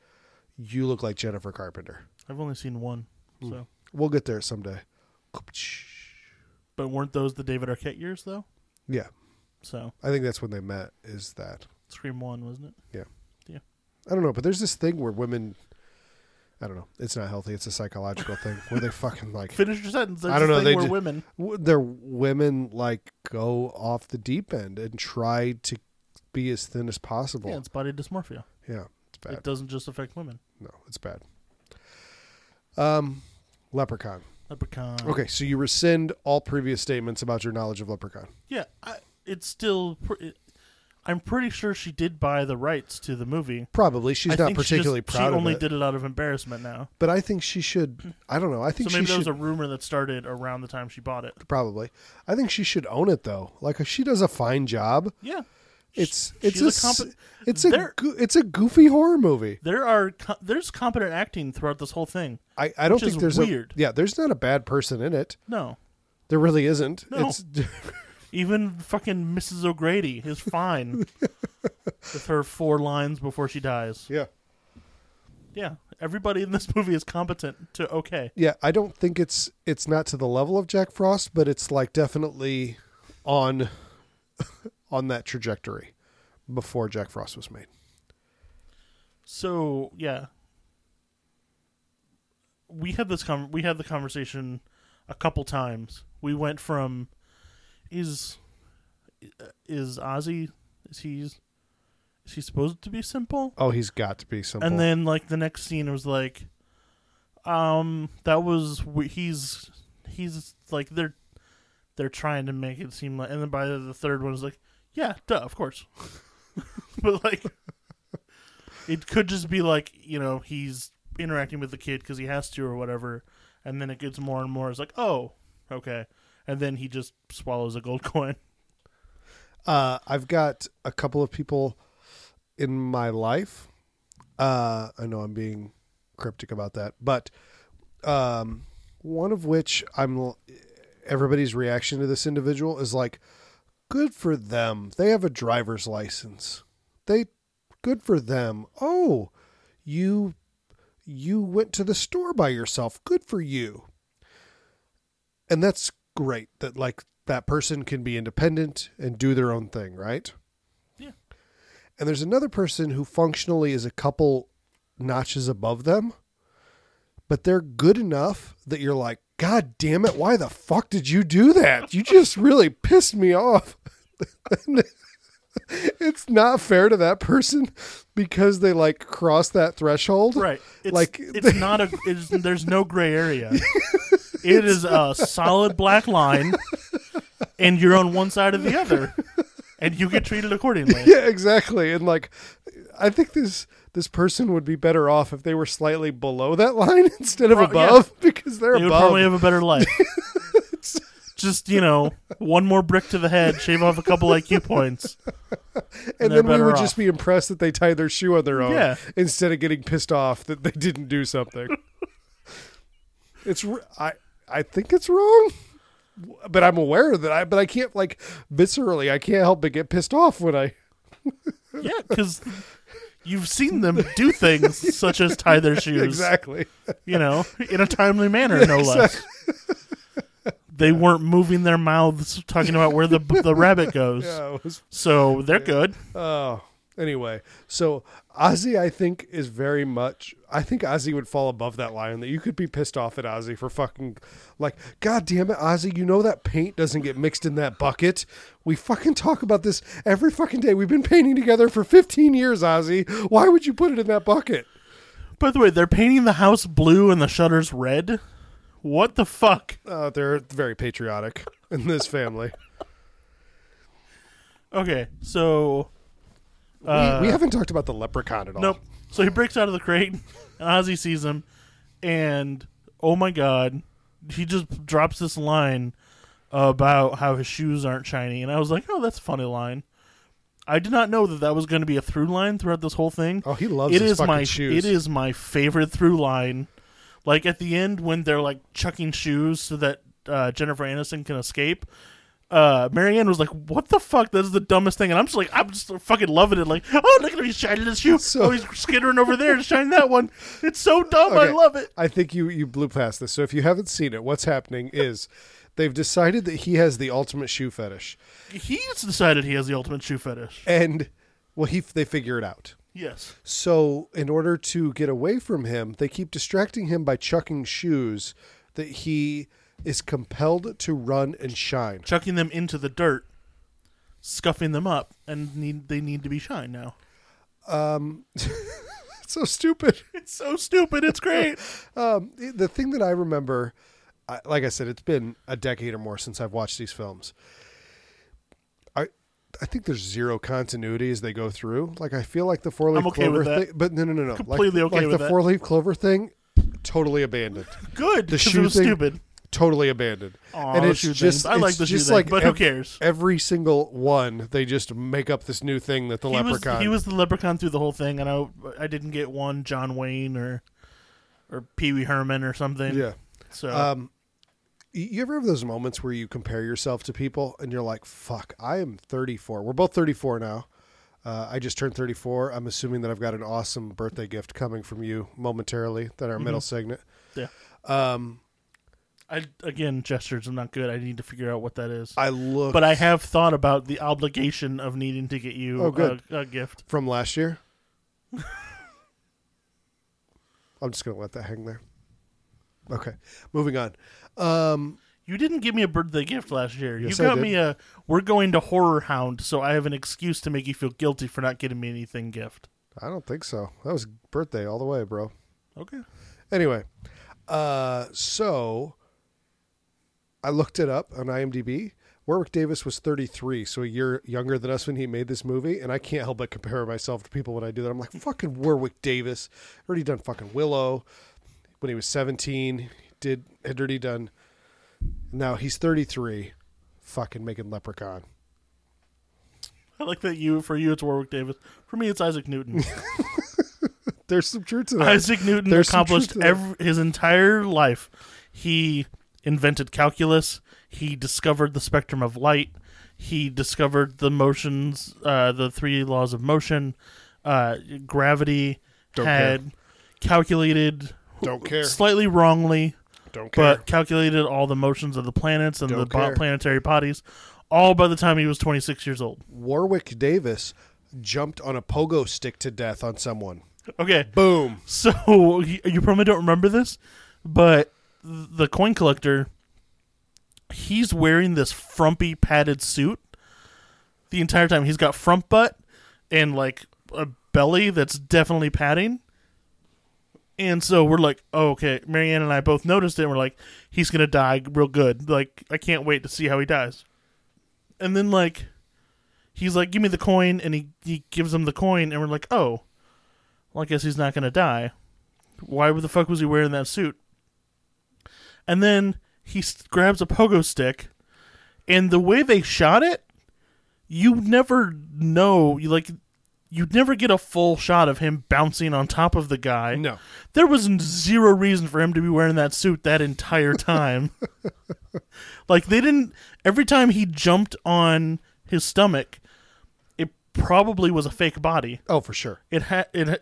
B: you look like Jennifer Carpenter.
A: I've only seen one.
B: hmm.
A: So,
B: We'll get there someday.
A: but weren't those the David Arquette years though?
B: Yeah,
A: So
B: I think that's when they met. Is that
A: Scream One, wasn't it?
B: I don't know, but there's this thing where women. I don't know. It's not healthy. It's a psychological thing where they
A: [LAUGHS]
B: fucking like
A: Finish your sentence. There's
B: I don't
A: this
B: know,
A: Thing
B: they
A: were
B: ju-
A: women.
B: w- their women like go off the deep end and try to be as thin as possible.
A: Yeah,
B: Yeah,
A: it's body dysmorphia.
B: it's, bad.
A: It doesn't just affect women.
B: no, it's bad. Um, Leprechaun.
A: Leprechaun.
B: Okay, so you rescind all previous statements about your knowledge of Leprechaun.
A: Yeah, I, it's still. Pr- it, I'm pretty sure she did buy the rights to the movie.
B: Probably she's
A: I
B: not
A: think she
B: particularly
A: just,
B: proud
A: She only
B: of it,
A: did it out of embarrassment now.
B: but I think she should. I don't know. I
A: So
B: think
A: maybe
B: she
A: that was
B: should
A: a rumor that started around the time she bought it.
B: probably. I think she should own it though. Like she does a fine job.
A: Yeah,
B: It's
A: She's
B: it's a,
A: a
B: s-
A: compe-
B: it's a
A: There-
B: go- it's a goofy horror movie.
A: there are co- there's competent acting throughout this whole thing.
B: I, I don't
A: Which is
B: think there's
A: weird.
B: A, yeah, there's not a bad person in it.
A: No,
B: There really isn't.
A: No.
B: It's [LAUGHS]
A: even fucking Mrs. O'Grady is
B: [LAUGHS]
A: fine with her four lines before she dies.
B: yeah.
A: Yeah, everybody in this [LAUGHS] movie is competent to okay.
B: Yeah, I don't think it's it's not to the level of Jack Frost, but it's like definitely on [LAUGHS] on that trajectory before Jack Frost was made.
A: So yeah, we had this com- we had the conversation a couple times. We went from is is Ozzy is he is he supposed to be simple?
B: Oh, he's got to be simple.
A: And then like the next scene was like, um, that was wh- he's he's like they're they're trying to make it seem like, and then by the third one is like, yeah, duh, of course. [LAUGHS] but like, it could just be like you know he's interacting with the kid because he has to or whatever, and then it gets more and more. It's like, oh, okay, and then he just swallows a gold coin.
B: uh, I've got a couple of people in my life. Uh, I know I'm being cryptic about that, but um, one of which I'm l- everybody's reaction to this individual is like, "Good for them. They have a driver's license. They, good for them. Oh, you, you went to the store by yourself. Good for you." and that's great that like that person can be independent and do their own thing right
A: Yeah.
B: and there's another person who functionally is a couple notches above them but they're good enough that you're like god damn it why the fuck did you do that you just really pissed me off [LAUGHS] it's not fair to that person because they like cross that [LAUGHS] threshold
A: Right. It's,
B: Like-
A: it's not a. It's, there's no gray area. It is a solid black line, and you're on one side or the other, and you get treated accordingly.
B: [LAUGHS] yeah, exactly. And like, I think this this person would be better off if they were slightly below that line [LAUGHS] instead of
A: Pro- yeah.
B: above because they're
A: You would
B: above.
A: probably have a better life. Just you know, one more brick to the head, shave off a couple IQ points.
B: and
A: they're
B: then we
A: better
B: would
A: off.
B: just be impressed that they tied their shoe on their own
A: Yeah.
B: instead of getting pissed off that they didn't
A: [LAUGHS]
B: do something. it's r- I I think it's wrong. But I'm aware that I, but I can't like viscerally, I can't help but get pissed off when I.
A: Yeah, because you've seen them do things such as tie their shoes.
B: Exactly. [LAUGHS]
A: you know, in a timely manner, no less. They weren't moving their mouths talking about where the the rabbit goes,
B: Yeah, it was,
A: so they're good.
B: oh, Anyway, so Ozzy, I think, is very much. I think Ozzy would fall above that line that you could be pissed off at Ozzy for fucking, like, God damn it, Ozzy, you know that paint doesn't get mixed in that bucket. We fucking talk about this every fucking day. We've been painting together for 15 years, Ozzy. Why would you put it in that bucket?
A: By the way, they're painting the house blue and the shutters red. What the fuck?
B: Uh, they're very patriotic in this family.
A: Okay, so Uh,
B: we, we haven't talked about the leprechaun at all.
A: nope. So he breaks out of the crate, [LAUGHS] and Ozzy sees him, and oh my god, he just drops this line about how his shoes aren't shiny, and I was like, oh, that's a funny line. I did not know that that was going to be a through line throughout this whole thing.
B: Oh, he loves
A: it
B: his
A: is
B: fucking
A: my
B: shoes.
A: it is my favorite through line. Like at the end when they're like chucking shoes so that uh, Jennifer Aniston can escape. Uh, Marianne was like, "What the fuck? That is the dumbest thing." And I'm just like, I'm just fucking loving it. Like, oh, look at him, he's shining his shoe.
B: So-
A: oh, he's skittering over there and shining that one. It's so dumb. I
B: Okay.
A: love it.
B: I think you you blew past this. So if you haven't seen it, what's happening is they've decided that he has the ultimate shoe fetish,
A: He's decided he has the ultimate shoe fetish.
B: and well, he they figure it out.
A: Yes.
B: So in order to get away from him, they keep distracting him by chucking shoes that he is compelled to run and shine. [LAUGHS]
A: Chucking them into the dirt, scuffing them up, and need they need to be shined now. [LAUGHS]
B: It's so stupid.
A: It's so stupid. It's
B: [LAUGHS]
A: great.
B: um, the thing that I remember, I, like I said, it's been a decade or more since I've watched these films. I, I think there's zero continuity as they go through. Like I feel like the four leaf
A: I'm okay
B: clover
A: with that.
B: thing, but no, no, no, no, Like-
A: Completely okay
B: like,
A: with
B: the
A: that.
B: four leaf clover thing, totally abandoned,
A: Good.
B: The
A: because
B: shoe
A: it was
B: thing-
A: stupid.
B: totally abandoned.
A: Aw,
B: and
A: the
B: it's
A: shoe thing.
B: just,
A: I like
B: it's
A: the shoe
B: just
A: thing,
B: like
A: but who cares?
B: Every single one, they just make up this new thing that the
A: He was,
B: leprechaun.
A: he was the leprechaun through the whole thing, and I I didn't get one John Wayne or or Pee Wee Herman or something.
B: yeah.
A: So
B: Um, y- you ever have those moments where you compare yourself to people and you're like, fuck, I am 34. We're both 34 now. Uh, I just turned 34. I'm assuming that I've got an awesome birthday gift coming from you momentarily that our middle segment.
A: Mm-hmm. yeah,
B: Um,
A: I again gestures. I'm not good. I need to figure out what that is.
B: I look
A: but I have thought about the obligation of needing to get you
B: Oh, good.
A: A, a gift.
B: from
A: [LAUGHS]
B: last year. I'm just going to let that hang there. Okay, moving on. Um,
A: You didn't give me a birthday gift last year.
B: Yes, I
A: you got
B: did.
A: me a we're going to Horror Hound, so I have an excuse to make you feel guilty for not getting me anything gift.
B: I don't think so. That was birthday all the way, bro.
A: Okay.
B: Anyway, uh, so I looked it up on IMDb. Warwick Davis was 33, so a year younger than us when he made this movie, and I can't help but compare myself to people when I do that. I'm like, fucking Warwick Davis, already done fucking Willow when he was 17. he Did had already done. Now he's 33, fucking making Leprechaun.
A: I like that you for you it's Warwick Davis. For me it's Isaac
B: [LAUGHS]
A: Newton.
B: There's some truth to that.
A: Isaac Newton
B: There's some
A: accomplished
B: truth to that.
A: every, his entire life. He invented calculus. He discovered the spectrum of light. He discovered the motions, uh, the three laws of motion. Uh, gravity
B: Don't
A: had calculated
B: Don't care.
A: slightly wrongly,
B: Don't care.
A: but calculated all the motions of the planets and the
B: Don't
A: bo-
B: care.
A: planetary bodies, all by the time he was 26 years old.
B: Warwick Davis jumped on a pogo stick to death on someone.
A: Okay,
B: Boom.
A: So y- you probably don't remember this, but th- the coin collector, he's wearing this frumpy padded suit the entire time. He's got frump butt and like a belly that's definitely padding. And so we're like, oh, okay. Marianne and I both noticed it. And we're like, he's gonna die real good. Like I can't wait to see how he dies. And then like, he's like, give me the coin, and he he gives him the coin, and we're like, oh. Well, I guess he's not going to die. Why the fuck was he wearing that suit? And then he s- grabs a pogo stick, and the way they shot it, you never know. You like, you'd never get a full shot of him bouncing on top of the guy.
B: No.
A: There was n- zero reason for him to be wearing that suit that entire time. like they didn't every time he jumped on his stomach, it probably was a fake body.
B: Oh, for sure.
A: It had it ha-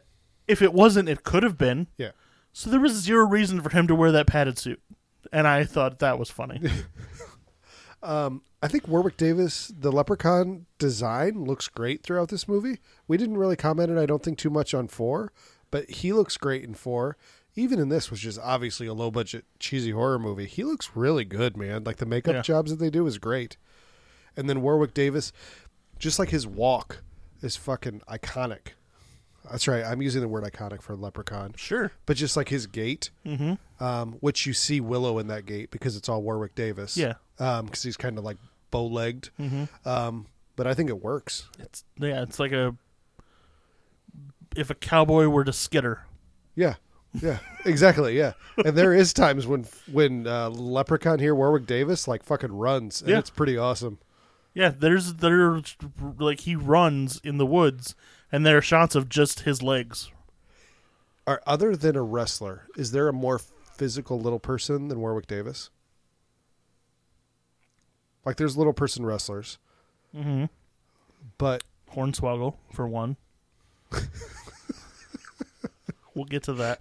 A: if it wasn't it could have been.
B: Yeah.
A: So there was zero reason for him to wear that padded suit. And I thought that was funny.
B: Um, I think Warwick Davis, the leprechaun design looks great throughout this movie. We didn't really comment it, I don't think, too much on four, but he looks great in four. Even in this, which is obviously a low budget, cheesy horror movie, he looks really good, man. Like the makeup
A: Yeah.
B: jobs that they do is great. And then Warwick Davis, just like his walk, is fucking iconic. That's right. I'm using the word iconic for leprechaun
A: Sure.
B: but just like his gait,
A: Mm-hmm.
B: um, which you see Willow in that gait because it's all Warwick Davis.
A: Yeah. Mm-hmm.
B: because he's kind of like bow legged. Um, but I think it works.
A: It's yeah, it's like a if a cowboy were to skitter.
B: Yeah, yeah, [LAUGHS] exactly. Yeah, and there is times when when uh, Leprechaun here Warwick Davis like fucking runs, and
A: Yeah.
B: it's pretty awesome.
A: Yeah, there's there's like he runs in the woods, and there are shots of just his legs.
B: Are other than a wrestler, is there a more physical little person than Warwick Davis? Like there's little person wrestlers,
A: Mm-hmm.
B: but
A: Hornswoggle for one. [LAUGHS] we'll get to
B: [LAUGHS]
A: that.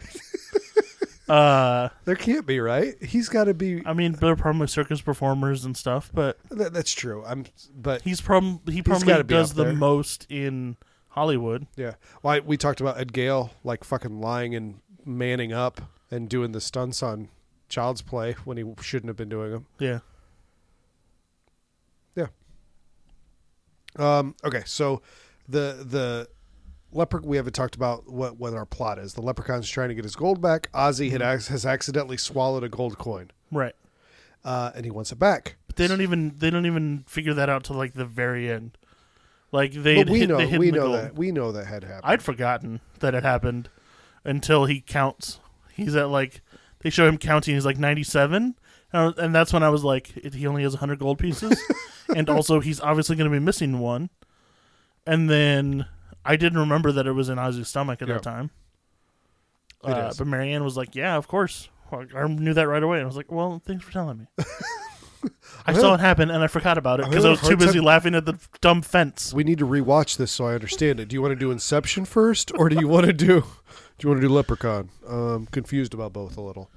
A: Uh,
B: there can't be right. He's got to be.
A: I mean, they're probably circus performers and stuff, but
B: That, that's true. I'm, but
A: he's prob he probably
B: gotta be
A: does
B: up
A: the
B: there.
A: most in Hollywood.
B: yeah. Well, I, we talked about Ed Gale like fucking lying and manning up and doing the stunts on Child's Play when he shouldn't have been doing them.
A: Yeah,
B: Yeah. Um, okay, so the the leprechaun we haven't talked about what what our plot is. The leprechaun's trying to get his gold back. Ozzy had
A: Mm-hmm.
B: ac- has accidentally swallowed a gold coin,
A: right.
B: uh, and he wants it back.
A: But they don't even they don't even figure that out till like the very end. Like they
B: but we
A: hit,
B: know
A: they hit
B: we
A: the
B: know
A: goal.
B: that we know that had happened.
A: I'd forgotten that it happened until he counts. He's at like they show him counting. He's like ninety seven, and I- and that's when I was like, it- he only has hundred gold
B: [LAUGHS]
A: pieces, and also he's obviously going to be missing one. And then I didn't remember that it was in Ozzy's stomach at
B: Yeah.
A: that time.
B: It
A: Uh,
B: is.
A: but Marianne was like, "Yeah, of course." Well, I knew that right away. I was like, "Well, thanks for telling
B: [LAUGHS]
A: me." I
B: I'm
A: saw
B: having-
A: it happen and I forgot about it
B: I'm
A: because I
B: having
A: was
B: a
A: too
B: hard
A: busy
B: time-
A: laughing at the dumb fence.
B: we need to rewatch this so I understand it. Do you want to do Inception first, or do you want to do do you want to do Leprechaun? Um, confused about both a little.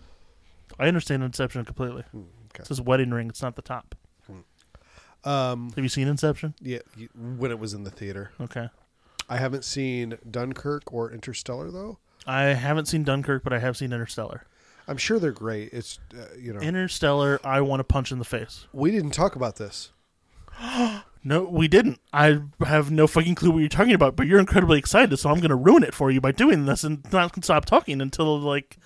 A: I understand Inception completely.
B: Hmm, okay.
A: It's his wedding ring. It's not the top.
B: Um,
A: Have you seen Inception?
B: yeah, y- when it was in the theater,
A: Okay.
B: I haven't seen Dunkirk or Interstellar though.
A: I haven't seen Dunkirk, but I have seen Interstellar.
B: I'm sure they're great. It's uh, you know
A: Interstellar, I want to punch in the face.
B: we didn't talk about this.
A: No, we didn't. I have no fucking clue what you're talking about, but you're incredibly excited, so I'm going to ruin it for you by doing this and not stop talking until like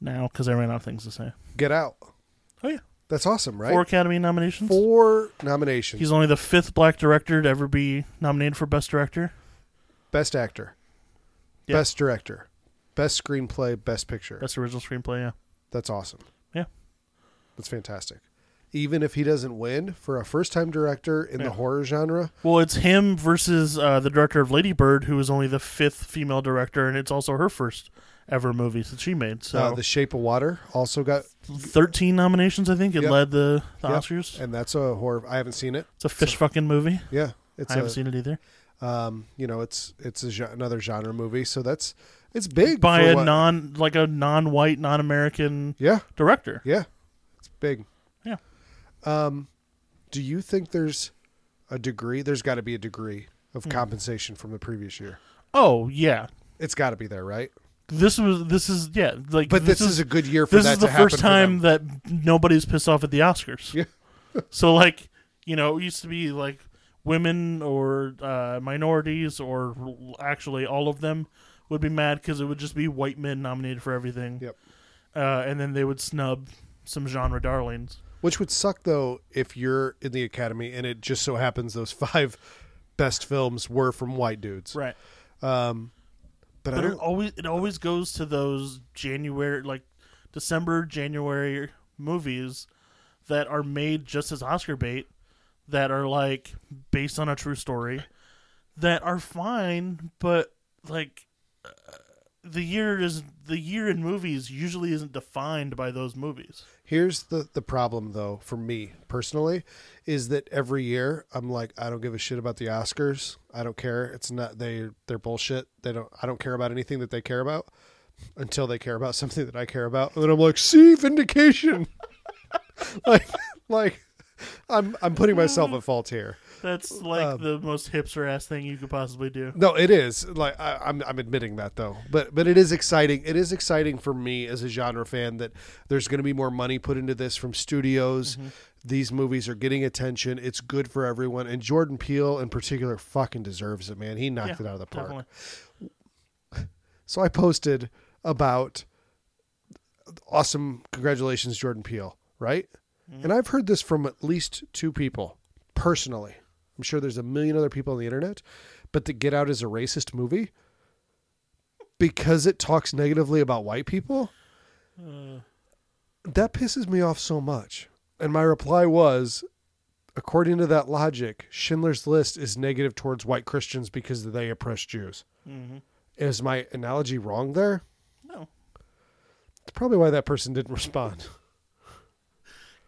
A: now because I ran out of things to say.
B: Get Out.
A: Oh yeah,
B: That's awesome, right?
A: four Academy nominations.
B: Four nominations.
A: He's only the fifth black director to ever be nominated for best director.
B: best actor,
A: Yeah.
B: best director, best screenplay, best picture.
A: Best original screenplay. Yeah.
B: That's awesome.
A: Yeah.
B: That's fantastic. Even if he doesn't win for a first-time director in
A: Yeah.
B: the horror genre,
A: Well, it's him versus uh, the director of Lady Bird, who is only the fifth female director, and it's also her first ever movie that she made. So
B: uh, The Shape of Water also got,
A: 13 nominations, I think. It
B: Yep.
A: led the, the
B: Yep.
A: Oscars.
B: and that's a horror. I haven't seen it.
A: It's a fish fucking movie.
B: Yeah, it's
A: I haven't
B: a,
A: seen it either.
B: um, you know, it's it's a, gen- another genre movie. So that's it's big
A: By
B: for
A: a
B: what-
A: non, like a non-white, non-American
B: Yeah,
A: director.
B: yeah, it's big.
A: Yeah.
B: Um, do you think there's a degree? There's got to be a degree of
A: Hmm.
B: compensation from the previous year.
A: Oh yeah,
B: It's got to be there, right?
A: this was this is yeah like.
B: But this, is, a good year for
A: this
B: that
A: is the
B: to happen
A: first
B: for them.
A: time that nobody's pissed off at the Oscars.
B: Yeah.
A: [LAUGHS] so like you know, it used to be like women or uh, minorities or actually all of them would be mad because it would just be white men nominated for everything.
B: Yep.
A: Uh, and then they would snub some genre darlings.
B: Which would suck though if you're in the academy and it just so happens those [LAUGHS] five best films were from white dudes.
A: Right.
B: Um, but, I
A: But it
B: don't.
A: always it always goes to those January like December January movies that are made just as Oscar bait that are like based on a true story that are fine but like uh, the year is the year in movies usually isn't defined by those movies.
B: Here's the the problem though for me personally is that every year I'm like I don't give a shit about the Oscars. I don't care. It's not they they're bullshit. They don't. I don't care about anything that they care about until they care about [LAUGHS] something that I care about. And then I'm like, see vindication. like like I'm I'm putting myself at fault here.
A: That's
B: Uh,
A: like
B: um,
A: the most hipster ass thing you could possibly do.
B: No, it is like I, I'm I'm admitting that though, but but it is exciting. It is exciting for me as a genre fan that there's going to be more money put into this from studios. These movies are getting attention. It's good for everyone, and Jordan Peele in particular fucking deserves it, man. He knocked it out of the park.
A: definitely.
B: So I posted about awesome congratulations Jordan Peele, right? And I've heard this from at least two people personally. I'm sure there's a million other people on the internet, but that Get Out is a racist movie because it talks negatively about white people.
A: Uh,
B: That pisses me off so much. And my reply was according to that logic, Schindler's List is negative towards white Christians because they oppress Jews.
A: Mhm.
B: Is my analogy wrong there?
A: No,
B: It's probably why that person didn't respond.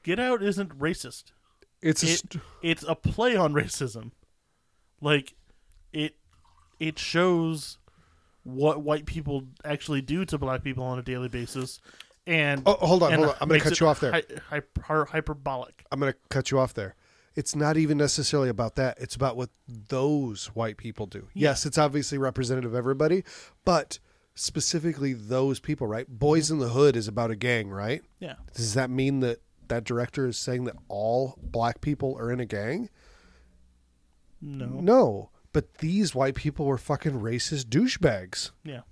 A: Get Out isn't racist.
B: It's a
A: It-
B: st-
A: It's a play on [LAUGHS] racism. Like it, it shows what white people actually do to black people on a daily basis, and
B: oh, hold on,
A: and
B: hold on. I'm going
A: makes
B: to cut
A: it
B: you off there.
A: hy- hyper- hyperbolic.
B: I'm going to cut you off there. It's not even necessarily about that. It's about what those white people do. Yes, it's obviously representative of everybody, but specifically those people, right? Boys in the Hood is about a gang, right?
A: Yeah.
B: Does that mean that that director is saying that all black people are in a gang?
A: No.
B: No, but these white people were fucking racist douchebags.
A: Yeah.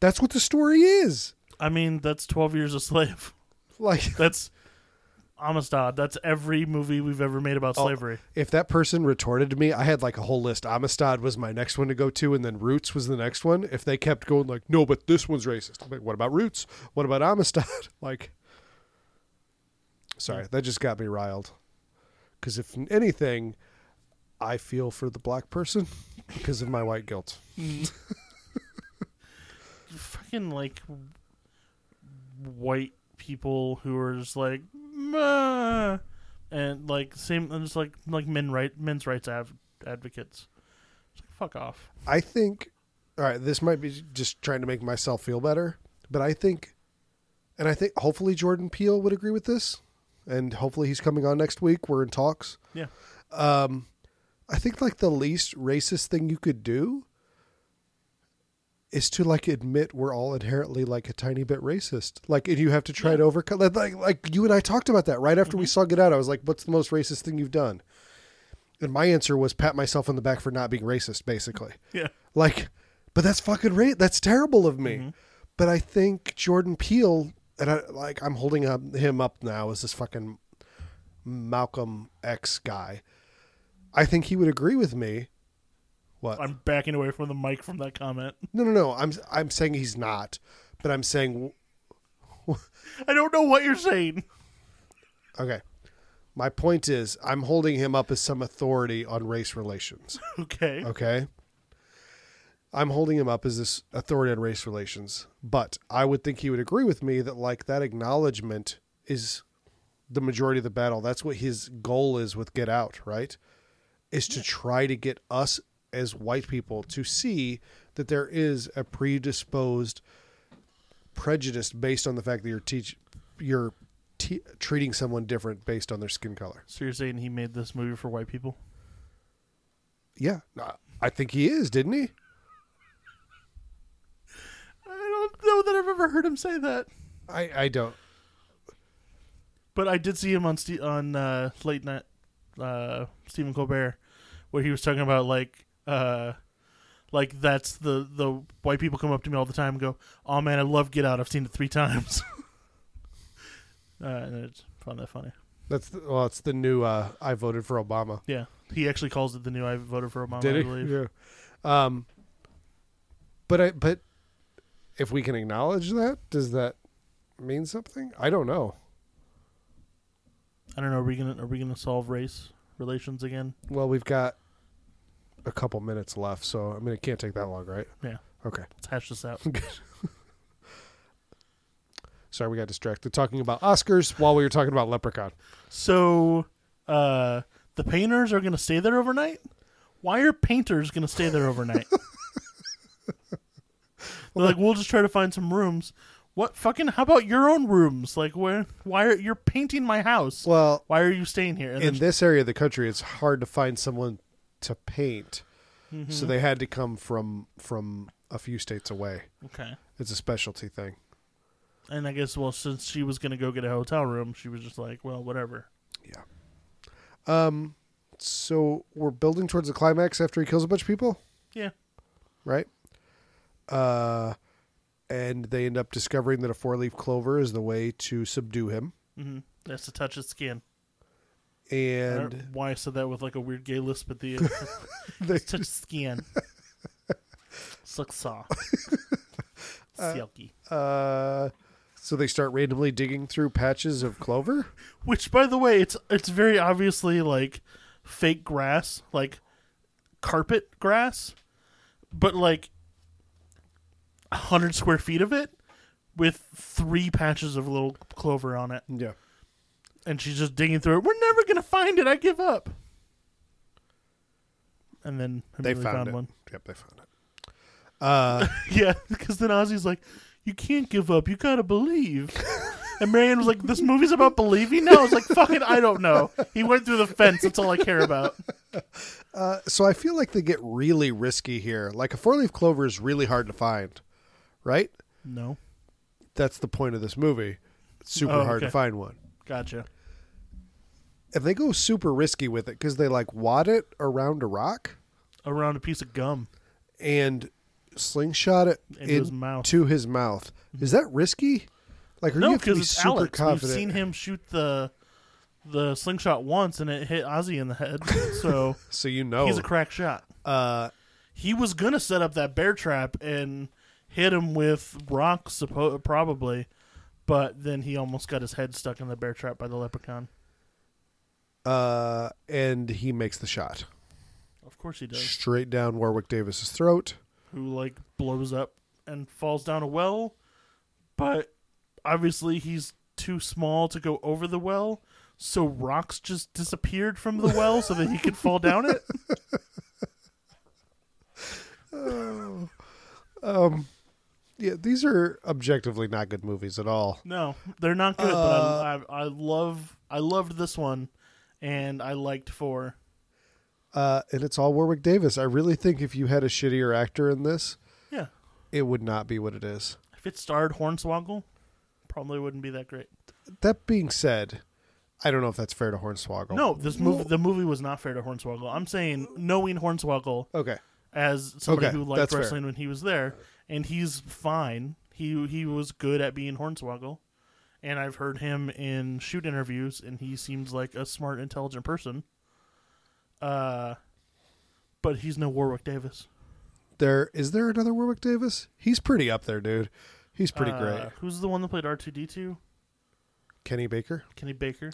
B: That's what the story is.
A: I mean, that's Twelve Years a [LAUGHS] Slave.
B: Like
A: That's Amistad. That's every movie we've ever made about
B: Oh,
A: slavery.
B: If that person retorted to me, I had like a whole list. Amistad was my next one to go to, and then Roots was the next one. If they kept going like, no, but this one's racist. I'm like, what about Roots? What about Amistad? [LAUGHS] like, sorry, that just got me riled. Because if anything, I feel for the black person [LAUGHS] because of my white guilt.
A: Fucking like white people who are just like, "Meh," and like same, and just like like men right men's rights av- advocates. It's like fuck off.
B: I think, all right, this might be just trying to make myself feel better, but I think, and I think hopefully Jordan Peele would agree with this, and hopefully he's coming on next week. We're in talks.
A: Yeah.
B: I think like the least racist thing you could do is to like admit we're all inherently like a tiny bit racist. Like, and you have to try to overcome. Like, like, like you and I talked about that right after we saw Get Out. I was like, "What's the most racist thing you've done?" And my answer was pat myself on the back for not being racist, basically.
A: Yeah.
B: Like, but that's fucking right. That's terrible of me. But I think Jordan Peele, and I like I'm holding up, him up now as this fucking Malcolm X guy. I think he would agree with me. What?
A: I'm backing away from the mic from that comment.
B: no, no, no. I'm I'm saying he's not, but I'm saying
A: I don't know what you're saying. [LAUGHS]
B: okay. My point is, I'm holding him up as some authority on race relations.
A: Okay.
B: Okay. I'm holding him up as this authority on race relations, but I would think he would agree with me that like that acknowledgement is the majority of the battle. That's what his goal is with Get Out, right? Is to try to get us as white people to see that there is a predisposed prejudice based on the fact that you're teach you're te- treating someone different based on their skin color.
A: So you're saying he made this movie for white people?
B: Yeah, I- I think he is, didn't he?
A: I don't know that I've ever heard him say that.
B: I I don't.
A: But I did see him on Ste- on uh, late night uh, Stephen Colbert, where he was talking about like uh, like that's the the white people come up to me all the time and go, "Oh man, I love Get Out. I've seen it three [LAUGHS] times." uh, and it's found that funny.
B: That's the, well, it's the new uh, I voted for Obama.
A: Yeah, he actually calls it the new "I voted for Obama."
B: Did
A: I
B: it?
A: believe.
B: Yeah. Um, but I but if we can acknowledge that, does that mean something? I don't know.
A: I don't know. Are we gonna are we gonna solve race relations again?
B: Well, we've got a couple minutes left, so I mean it can't take that long, right?
A: Yeah,
B: Okay.
A: let's hash this out.
B: Sorry, we got distracted talking about Oscars while we were talking about Leprechaun.
A: So, uh, the painters are going to stay there overnight? Why are painters going to stay there overnight? They're like, we'll just try to find some rooms. What fucking? How about your own rooms? Like where? Why are you're painting my house?
B: Well,
A: why are you staying here? And then
B: in this area of the country, it's hard to find someone to paint,
A: Mm-hmm.
B: so they had to come from from a few states away.
A: she- okay.
B: It's a specialty thing.
A: And I guess well, since she was gonna go get a hotel room, she was just like, well, whatever.
B: Yeah. Um. So we're building towards the climax after he kills a bunch of people,
A: Yeah.
B: right? Uh, and they end up discovering that a four leaf clover is the way to subdue him.
A: Mm-hmm. That's to touch his skin. I don't know
B: And
A: why I said that with like a weird gay lisp at
B: [LAUGHS]
A: the end.
B: they,
A: It's touch
B: [LAUGHS]
A: skin. Suck saw. Silky.
B: uh, so they start randomly digging through patches of clover.
A: Which, by the way, it's it's very obviously like fake grass, like carpet grass, but like a hundred square feet of it with three patches of little clover on it,
B: Yeah.
A: and she's just digging through it. We're never gonna find it. I give up. And then
B: They
A: immediately
B: found, it.
A: one.
B: Yep, they found it. Uh,
A: [LAUGHS] Yeah, because then Ozzy's like, "You can't give up. You gotta believe." And Marianne was like, "This movie's about believing." No, I was like, "Fucking, I don't know." He went through the fence. That's all I care about.
B: uh, so I feel like they get really risky here. Like a four leaf clover is really hard to find, right?
A: No,
B: That's the point of this movie. It's super
A: Oh,
B: hard to
A: okay.
B: find one.
A: gotcha.
B: And they go super risky with it because they like wad it around a rock
A: Around a piece of gum.
B: and slingshot it
A: Into his mouth.
B: to his mouth. Is that risky? Like, are you
A: No,
B: have to
A: because
B: be
A: it's
B: super
A: Alex.
B: confident?
A: We've seen him shoot the the slingshot once, and it hit Ozzy in the head.
B: [LAUGHS]
A: So
B: So you know,
A: he's a crack shot.
B: uh,
A: He was gonna set up that bear trap and hit him with rocks, suppo- probably, but then he almost got his head stuck in the bear trap by the leprechaun.
B: uh, and he makes the shot
A: Of course he does.
B: straight down Warwick Davis's throat.
A: Who like blows up and falls down a well, but obviously he's too small to go over the well, so rocks just disappeared from the well so that he could fall down it.
B: Yeah, these are objectively not good movies at all.
A: No, they're not good. but I, I, I love I loved this one, and I liked four.
B: Uh, and it's all Warwick Davis. I really think if you had a shittier actor in this,
A: Yeah,
B: it would not be what it is.
A: if it starred Hornswoggle, probably wouldn't be that great.
B: That being said, I don't know if that's fair to Hornswoggle.
A: No, this movie the movie was not fair to Hornswoggle. I'm saying knowing Hornswoggle
B: Okay.
A: as somebody
B: Okay,
A: who
B: that's
A: liked
B: fair.
A: wrestling when he was there, and he's fine. He he was good at being Hornswoggle, and I've heard him in shoot interviews, and he seems like a smart, intelligent person. Uh, but he's no Warwick Davis.
B: There is there another Warwick Davis? He's pretty up there, dude. He's pretty
A: Uh,
B: great.
A: Who's the one that played R two D two?
B: Kenny Baker.
A: Kenny Baker.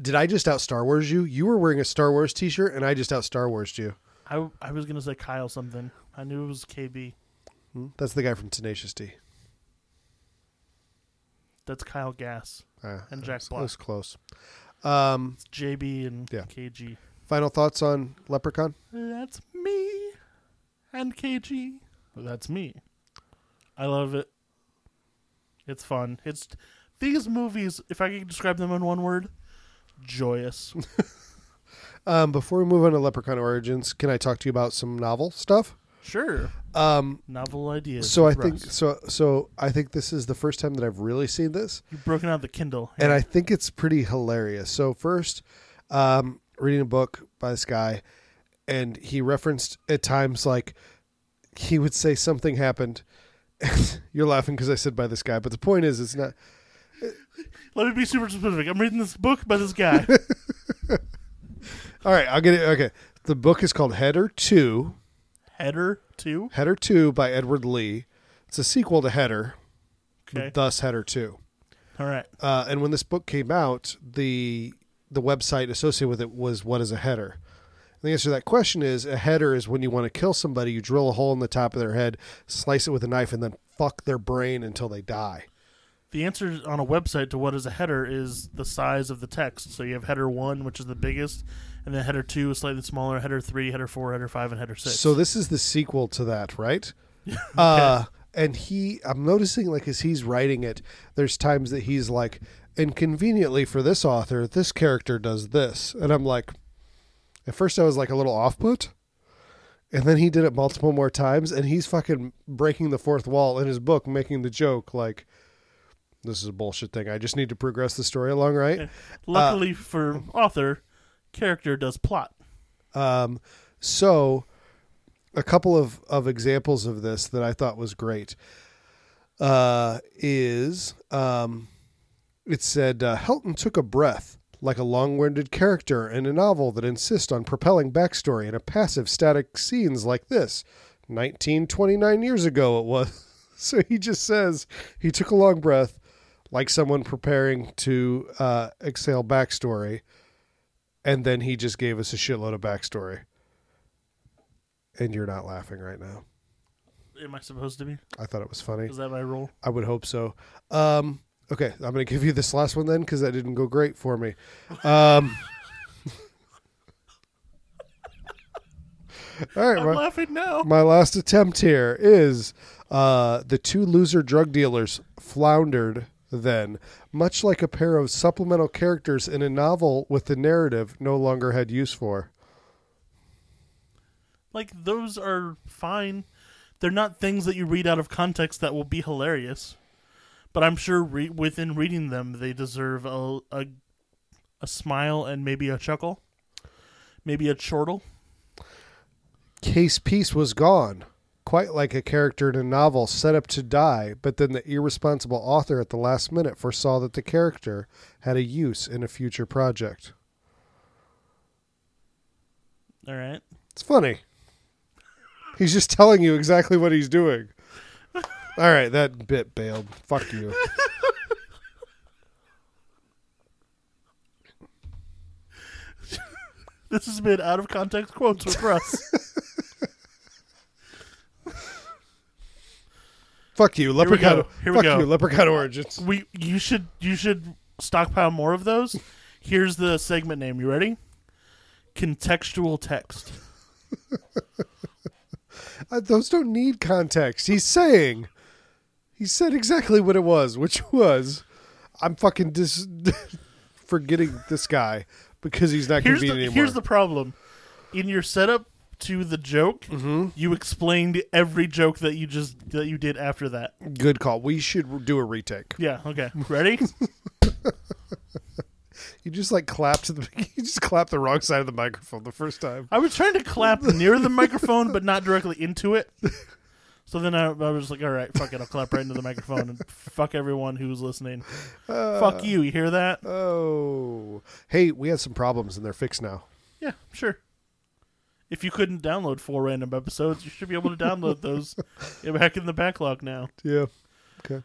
B: Did I just out Star Wars you? You were wearing a Star Wars t-shirt and I just out Star Wars you.
A: I I was gonna say Kyle something. I knew it was KB.
B: Hmm? That's the guy from Tenacious D.
A: That's Kyle Gass.
B: Uh,
A: And Jack
B: That was
A: Black.
B: close. Um,
A: It's JB and
B: Yeah.
A: KG.
B: final thoughts on Leprechaun?
A: That's me. And KG. That's me. I love it. It's fun. It's these movies, if I could describe them in one word,
B: [LAUGHS]
A: joyous.
B: Um, before we move on to Leprechaun Origins, can I talk to you about some novel stuff?
A: sure.
B: Um,
A: Novel ideas.
B: so I
A: with
B: think
A: Russ.
B: so. So I think this is the first time that I've really seen this,
A: you've broken out the Kindle.
B: and I think it's pretty hilarious. So first, um, reading a book by this guy, and he referenced at times like he would say something happened. [LAUGHS] You're laughing because I said by this guy, but the point is, it's not.
A: Let me be super specific. I'm reading this book by this
B: [LAUGHS]
A: guy.
B: All right, I'll get it. Okay, the book is called Header Two.
A: Header two.
B: Header Two by Edward Lee. It's a sequel to Header,
A: Okay.
B: thus Header Two.
A: All right.
B: Uh, and when this book came out, the the website associated with it was what is a header. And the answer to that question is a header is when you want to kill somebody, you drill a hole in the top of their head, slice it with a knife, and then fuck their brain until they die.
A: The answer on a website to what is a header is the size of the text. So you have header one, which is the biggest, and then header two is slightly smaller,
B: uh,
A: header three, header four, header five, and header six.
B: So this is the sequel to that, right? uh, and he i'm noticing like as he's writing it there's times that he's like and conveniently for this author this character does this and i'm like at first i was like a little off put and then he did it multiple more times and he's fucking breaking the fourth wall in his book making the joke like this is a bullshit thing i just need to progress the story along right
A: Luckily for author, character does plot.
B: Um, so, a couple of, of examples of this that I thought was great uh, is um, it said uh, Helton took a breath like a long winded character in a novel that insists on propelling backstory in a passive static scenes like this. 1929 years ago it was. [LAUGHS] So he just says he took a long breath like someone preparing to uh, exhale backstory and then he just gave us a shitload of backstory. And you're not laughing right now.
A: Am I supposed to be?
B: I thought it was funny.
A: Is that my role?
B: I would hope so. Um, okay, I'm going to give you this last one then because that didn't go great for me. Um, [LAUGHS] all Uh, right,
A: I'm
B: my,
A: laughing now.
B: my last attempt here is uh, the two loser drug dealers floundered then, much like a pair of supplemental characters in a novel with the narrative no longer had use for.
A: Like those are fine. They're not things that you read out of context that will be hilarious. But I'm sure re- within reading them, they deserve a, a a smile and maybe a chuckle, maybe a chortle.
B: Case Peace was gone, quite like a character in a novel set up to die, but then the irresponsible author at the last minute foresaw that the character had a use in a future project.
A: All right.
B: It's funny. He's just telling you exactly what he's doing. All right, that bit bailed. Fuck you.
A: This has been out of context quotes with Russ.
B: Fuck you,
A: we go.
B: leprechaun.
A: Here we
B: Fuck
A: go.
B: you, leprechaun origins.
A: we you should you should stockpile more of those. Here's the segment name. You ready? Contextual text.
B: Uh, those don't need context. He's saying, he said exactly what it was, which [LAUGHS] was, I'm fucking dis- [LAUGHS] forgetting this guy because he's not
A: Here's the,
B: convenient anymore.
A: here's the problem. In your setup to the joke, you explained every joke that you just that you did after that.
B: Good call. We should do a retake.
A: Yeah. Okay. [LAUGHS] Ready?
B: You just like clapped the, [LAUGHS] you just clapped the wrong side of the microphone the first time.
A: I was trying to clap near the microphone, but not directly into it. So then I, I was like, "All right, fuck it. I'll clap right into the microphone and fuck everyone who's listening. fuck you. You hear that?
B: Oh, hey, we had some problems and they're fixed now.
A: Yeah, sure. If you couldn't download four random episodes, you should be able to download
B: [LAUGHS]
A: those back in the backlog now.
B: Yeah. Okay.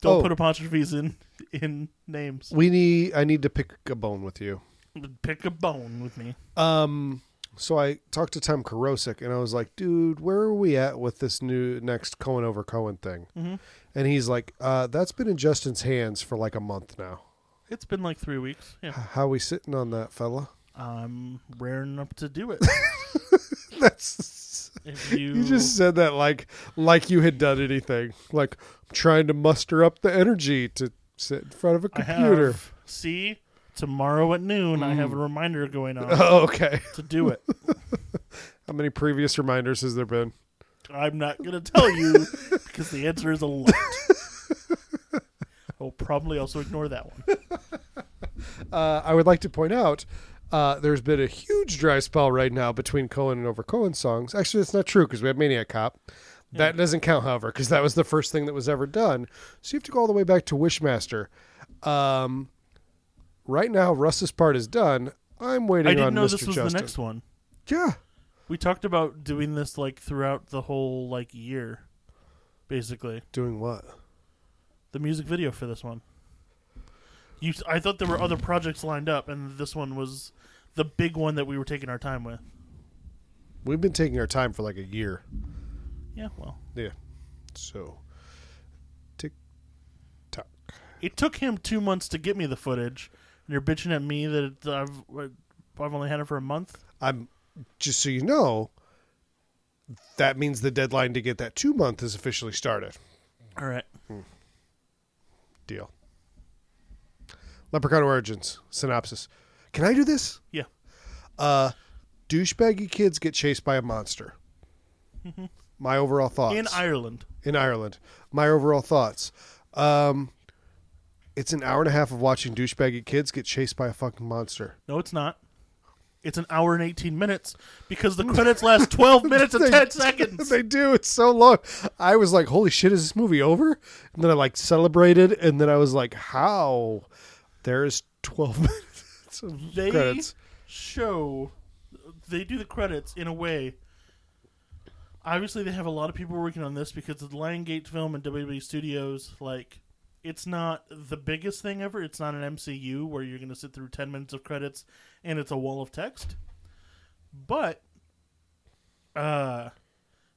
A: Don't
B: Oh.
A: put apostrophes in in names.
B: We need. I need to pick a bone with you.
A: Pick a bone with me.
B: Um, so I talked to Tom Karosik and I was like, dude, where are we at with this new next Cohen over Cohen thing?
A: Mhm.
B: And he's like, uh, that's been in Justin's hands for like a month now.
A: It's been like three weeks.
B: H-
A: Yeah,
B: How we sitting on that, fella?
A: I'm raring up to do it.
B: [LAUGHS] That's
A: If you,
B: you just said that like like you had done anything. Like I'm trying to muster up the energy to sit in front of a
A: I
B: computer. [LAUGHS] Mm.
A: have see tomorrow at noon. I have a reminder
B: [LAUGHS]
A: going on
B: Oh, okay.
A: to do it.
B: How many previous reminders has there been?
A: I'm not gonna tell you because the answer is a lot. I'll probably also ignore that one.
B: uh, I would like to point out uh, there's been a huge dry spell right now between Cohen and Over Cohen songs. Actually, that's not true because we have Maniac Cop. That doesn't count, however, because that was the first thing that was ever done. So you have to go all the way back to Wishmaster. Um, right now, Russ's part is done. I'm waiting
A: I didn't
B: on
A: know
B: Mr.
A: this was
B: Justin.
A: the next one.
B: Yeah.
A: We talked about doing this like throughout the whole like year, basically.
B: Doing what?
A: The music video for this one. You, I thought there were other projects lined up, and this one was the big one that we were taking our time with.
B: We've been taking our time for like a year.
A: Yeah, well,
B: Yeah. So, tick tock.
A: it took him two months to get me the footage, and you're bitching at me that it, I've I've only had it for a month.
B: I'm just so you know, that means the deadline to get that two month is officially started.
A: All right.
B: Deal. Leprechaun Origins synopsis. Can I do this?
A: Yeah.
B: Uh, douchebaggy kids get chased by a monster. My overall thoughts
A: In Ireland.
B: in Ireland. My overall thoughts. Um, it's an hour and a half of watching douchebaggy kids get chased by a fucking monster.
A: No, it's not. It's an hour and 18 minutes because
B: [LAUGHS]
A: the credits last 12 minutes and
B: They-
A: 10 seconds.
B: [LAUGHS] they do. It's so long. I was like, "Holy shit, is this movie over?" And then I like celebrated, and then I was like, "How?" There's twelve [LAUGHS] minutes of
A: They
B: credits.
A: show, they do the credits in a way. Obviously, they have a lot of people working on this because the Lion Gate film and WWE Studios, like, it's not the biggest thing ever. It's not an MCU where you're going to sit through 10 minutes of credits and it's a wall of text. But, uh,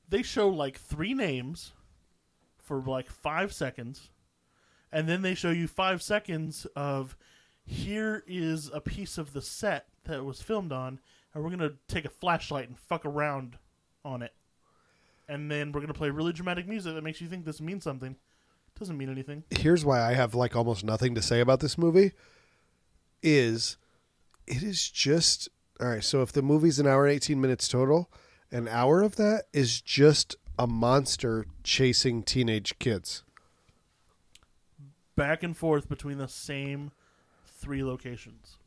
A: they show, like, three names for, like, five seconds. And then they show you five seconds of here is a piece of the set that it was filmed on, and we're gonna take a flashlight and fuck around on it, and then we're gonna play really dramatic music that makes you think this means something. Doesn't mean anything.
B: Here's why I have like almost nothing to say about this movie. Is it is just all right. So if the movie's an hour and eighteen minutes total, an hour of that is just a monster chasing teenage kids.
A: Back and forth between the same three locations,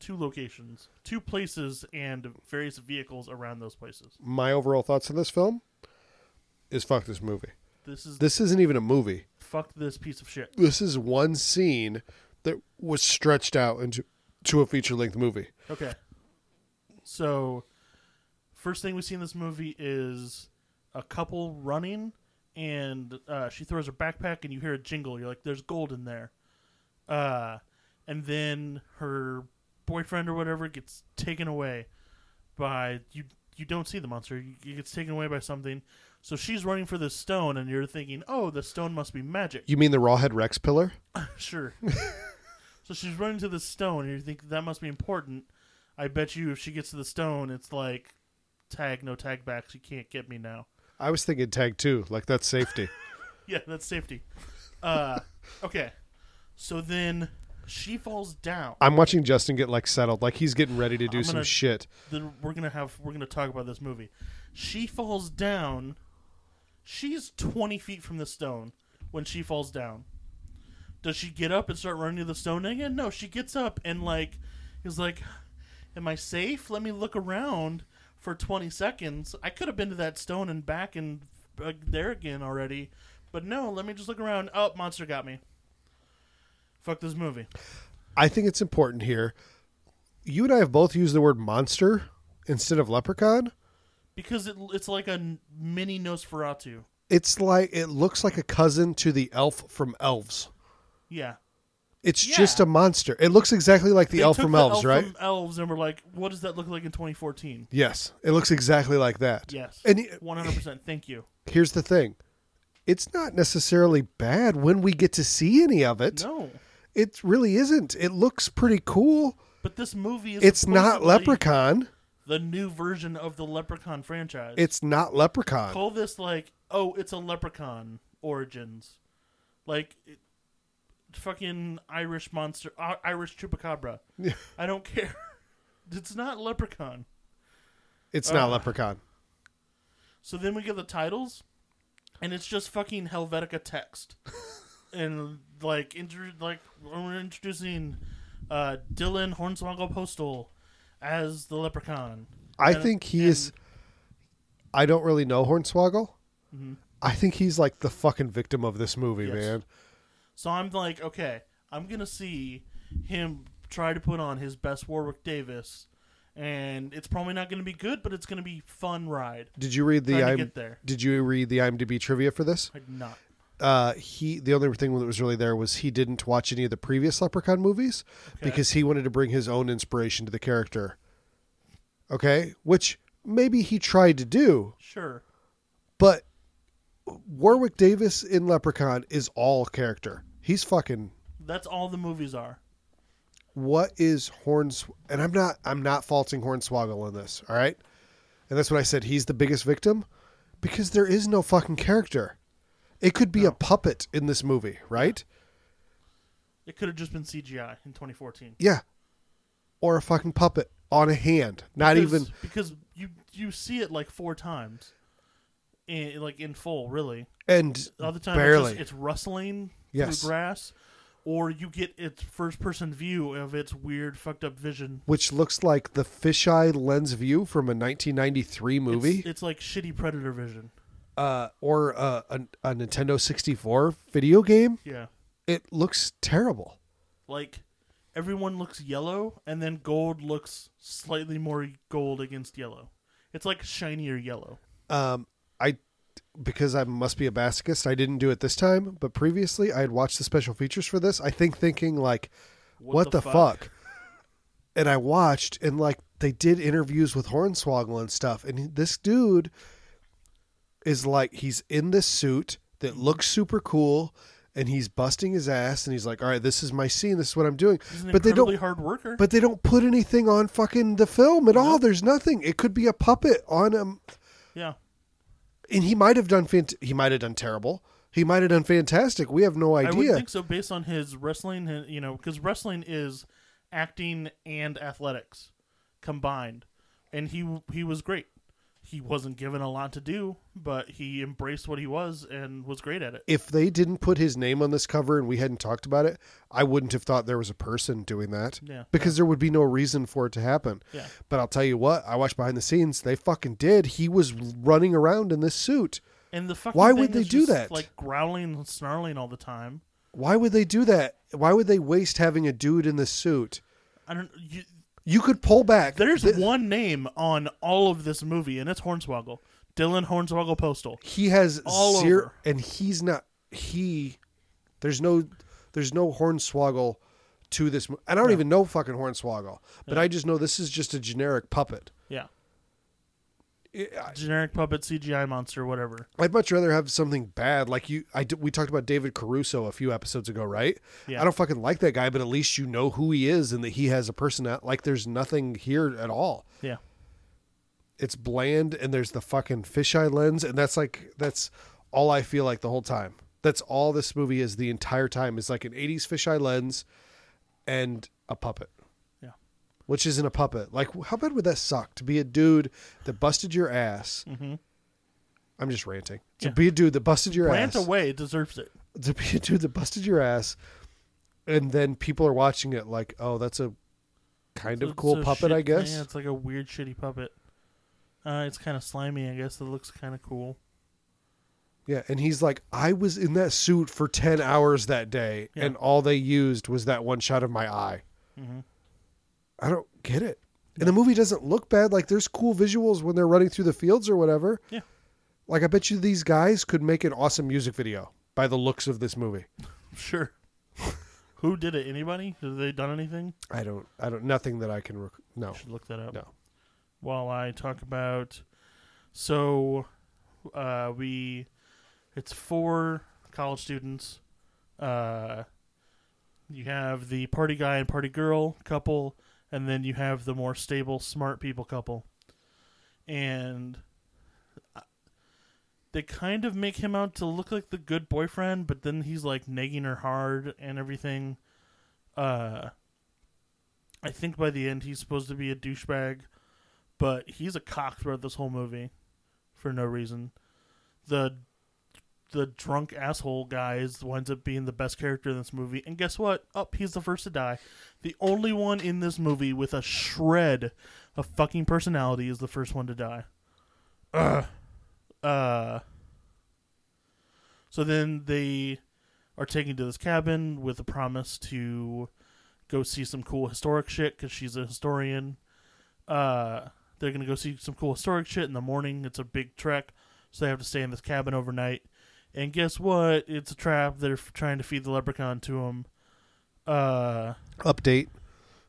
A: two locations, two places, and various vehicles around those places.
B: My overall thoughts on this film is fuck this movie.
A: This is
B: This isn't even a movie.
A: fuck this piece of shit.
B: this is one scene that was stretched out into to a feature length movie.
A: Okay. So, first thing we see in this movie is a couple running, and uh, she throws her backpack, and you hear a jingle. You're like, "There's gold in there," uh, and then her boyfriend or whatever gets taken away by you. You don't see the monster. You- It gets taken away by something. So she's running for this stone, and you're thinking, "Oh, the stone must be magic."
B: You mean the Rawhead Rex pillar?
A: Sure. [LAUGHS] so she's running to the stone, and you think that must be important. I bet you if she gets to the stone, it's like tag, no tag backs, you can't get me now. [LAUGHS]
B: I was thinking tag two, like that's safety.
A: Yeah, that's safety. Uh, okay. So then she falls down.
B: I'm watching Justin get like settled, like he's getting ready to do
A: I'm
B: some
A: gonna-
B: shit.
A: Then we're gonna have we're gonna talk about this movie. She falls down. She's twenty feet from the stone when she falls down. Does she get up and start running to the stone again? No, she gets up and like is like, "Am I safe? Let me look around for twenty seconds. I could have been to that stone and back and uh, there again already, but no. Let me just look around. Oh, monster got me. Fuck this movie.
B: I think it's important here. You and I have both used the word monster instead of leprechaun.
A: Because it, it's like a n- mini Nosferatu.
B: It's like it looks like a cousin to the elf from Elves.
A: Yeah.
B: It's
A: Yeah.
B: just a monster. It looks exactly like the
A: They
B: elf
A: took
B: from
A: the
B: Elves,
A: elf
B: right?
A: From elves, and we're like, what does that look like in 2014?
B: Yes, it looks exactly like that.
A: Yes,
B: and y-
A: 100. percent Thank you.
B: here's the thing it's not necessarily bad when we get to see any of it
A: No,
B: it really isn't it looks pretty cool
A: but this movie is.
B: it's not
A: supposedly
B: leprechaun
A: The new version of the Leprechaun franchise.
B: it's not leprechaun
A: Call this like, oh, it's a Leprechaun Origins, like, it, fucking Irish monster, I Irish chupacabra.
B: Yeah.
A: I don't care. [LAUGHS] It's not Leprechaun.
B: it's
A: Uh,
B: not leprechaun
A: So then we get the titles, and it's just fucking Helvetica
B: [LAUGHS]
A: text, and like inter- like we're introducing uh, Dylan Hornswoggle Postal as the Leprechaun.
B: i
A: And-
B: think he
A: and
B: is i don't really know hornswoggle i think he's like the fucking victim of this movie
A: Mm-hmm. Yes.
B: man
A: So I'm like, okay, I'm gonna see him try to put on his best Warwick Davis, and it's probably not gonna be good, but it's gonna be fun ride.
B: did you read the
A: Trying to
B: I'm,
A: get there.
B: did you read the imdb trivia for this
A: Like not.
B: uh, he the only thing that was really there was he didn't watch any of the previous Leprechaun movies because he wanted to bring his own inspiration to the character. Okay, which maybe he tried to do,
A: Sure.
B: but Warwick Davis in Leprechaun is all character. He's fucking
A: That's all the movies are.
B: what is Horns and I'm not I'm not faulting Hornswoggle in this, all right? And that's what I said he's the biggest victim because there is no fucking character. It could be a puppet in this movie, right?
A: It could have just been CGI in 2014.
B: Yeah. Or a fucking puppet on a hand. Not
A: because,
B: even
A: because you you see it like four times, in, like in full, really.
B: and
A: The other time
B: barely.
A: it's, just, it's rustling
B: Yes.
A: through grass, or you get its first person view of its weird fucked up vision.
B: which looks like the fisheye lens view from a 1993 movie
A: It's, it's like shitty predator vision.
B: uh, or uh, a, a Nintendo 64 video game.
A: Yeah,
B: It looks terrible.
A: like everyone looks yellow, and then gold looks slightly more gold against yellow. It's like shinier yellow.
B: Um, I because I must be a masochist. I didn't do it this time, but previously I had watched the special features for this. I think thinking like, what, the, fuck?
A: [LAUGHS]
B: And I watched and like they did interviews with Hornswoggle and stuff, and he- this dude is like he's in this suit that looks super cool. And he's busting his ass, and he's like, "All right, this is my scene. This is what I'm doing."
A: He's an
B: But they
A: incredibly
B: don't
A: hard worker.
B: But they don't put anything on fucking the film at all. There's nothing. It could be a puppet on him,
A: yeah,
B: and he might have done fant- he might have done terrible. He might have done fantastic. We have no
A: I would
B: idea.
A: think so based on his wrestling, and, you know, because wrestling is acting and athletics combined, and he he was great. He wasn't given a lot to do, but he embraced what he was and was great at it.
B: If they didn't put his name on this cover and we hadn't talked about it, I wouldn't have thought there was a person doing that.
A: Yeah.
B: Because there would be no reason for it to happen.
A: Yeah.
B: But I'll tell you what, I watched behind the scenes. They fucking did. He was running around in this suit.
A: And the fucking
B: Why
A: thing
B: would they
A: is
B: do
A: just,
B: that?
A: Like growling and snarling all the time.
B: Why would they do that? Why would they waste having a dude in this suit?
A: I don't. You,
B: You could pull back.
A: there's
B: Th-
A: one name on all of this movie, and it's Hornswoggle, Dylan Hornswoggle Postal.
B: he has
A: All
B: zero
A: over.
B: and he's not he there's no there's no hornswoggle to this mo- and i don't even know fucking hornswoggle but i just know this is just a generic puppet
A: Yeah,
B: I- I-
A: generic puppet CGI monster, whatever.
B: i'd much rather have something bad like you i d- we talked about david caruso a few episodes ago right
A: Yeah.
B: i don't fucking like that guy but at least you know who he is and that he has a person that like there's nothing here at all
A: Yeah.
B: it's bland and there's the fucking fisheye lens and that's like that's all I feel like the whole time. That's all this movie is the entire time is like an 80s fisheye lens and a puppet.
A: Yeah.
B: Which isn't a puppet. Like how bad would that suck to be a dude that busted your ass? I'm just ranting. To
A: Yeah.
B: be a dude that busted your
A: Rant
B: ass
A: away deserves it.
B: to be a dude that busted your ass and then people are watching it like, "Oh, that's a kind of
A: It's
B: cool
A: a
B: puppet,
A: shit-
B: I guess."
A: Yeah, it's like a weird, shitty puppet. Uh, it's kind of slimy, I guess. It looks kind of cool.
B: Yeah, and he's like, I was in that suit for ten hours that day,
A: Yeah. Mm-hmm.
B: and all they used was that one shot of my eye. I don't get it. And the movie doesn't look bad. Like there's cool visuals when they're running through the fields or whatever.
A: Yeah.
B: Like I bet you these guys could make an awesome music video by the looks of this movie.
A: Sure. [LAUGHS] Who did it? Anybody? Have they done anything?
B: I don't. I don't. Nothing that I can. Rec- no.
A: Should look that up.
B: No.
A: While I talk about, so, uh, we, it's four college students. Uh, you have the party guy and party girl couple, and then you have the more stable, smart people couple, and uh, they kind of make him out to look like the good boyfriend, but then he's like nagging her hard and everything. Uh, I think by the end he's supposed to be a douchebag, but he's a cock throughout this whole movie for no reason. The the drunk asshole guy is winds up being the best character in this movie, and guess what? Up, he's the first to die. The only one in this movie with a shred of fucking personality is the first one to die. Ugh. Uh. So then they are taken to this cabin with a promise to go see some cool historic shit because she's a historian. Uh, they're gonna go see some cool historic shit in the morning. It's a big trek, so they have to stay in this cabin overnight. And guess what? It's a trap. They're f- trying to feed the leprechaun to him. Uh,
B: Update.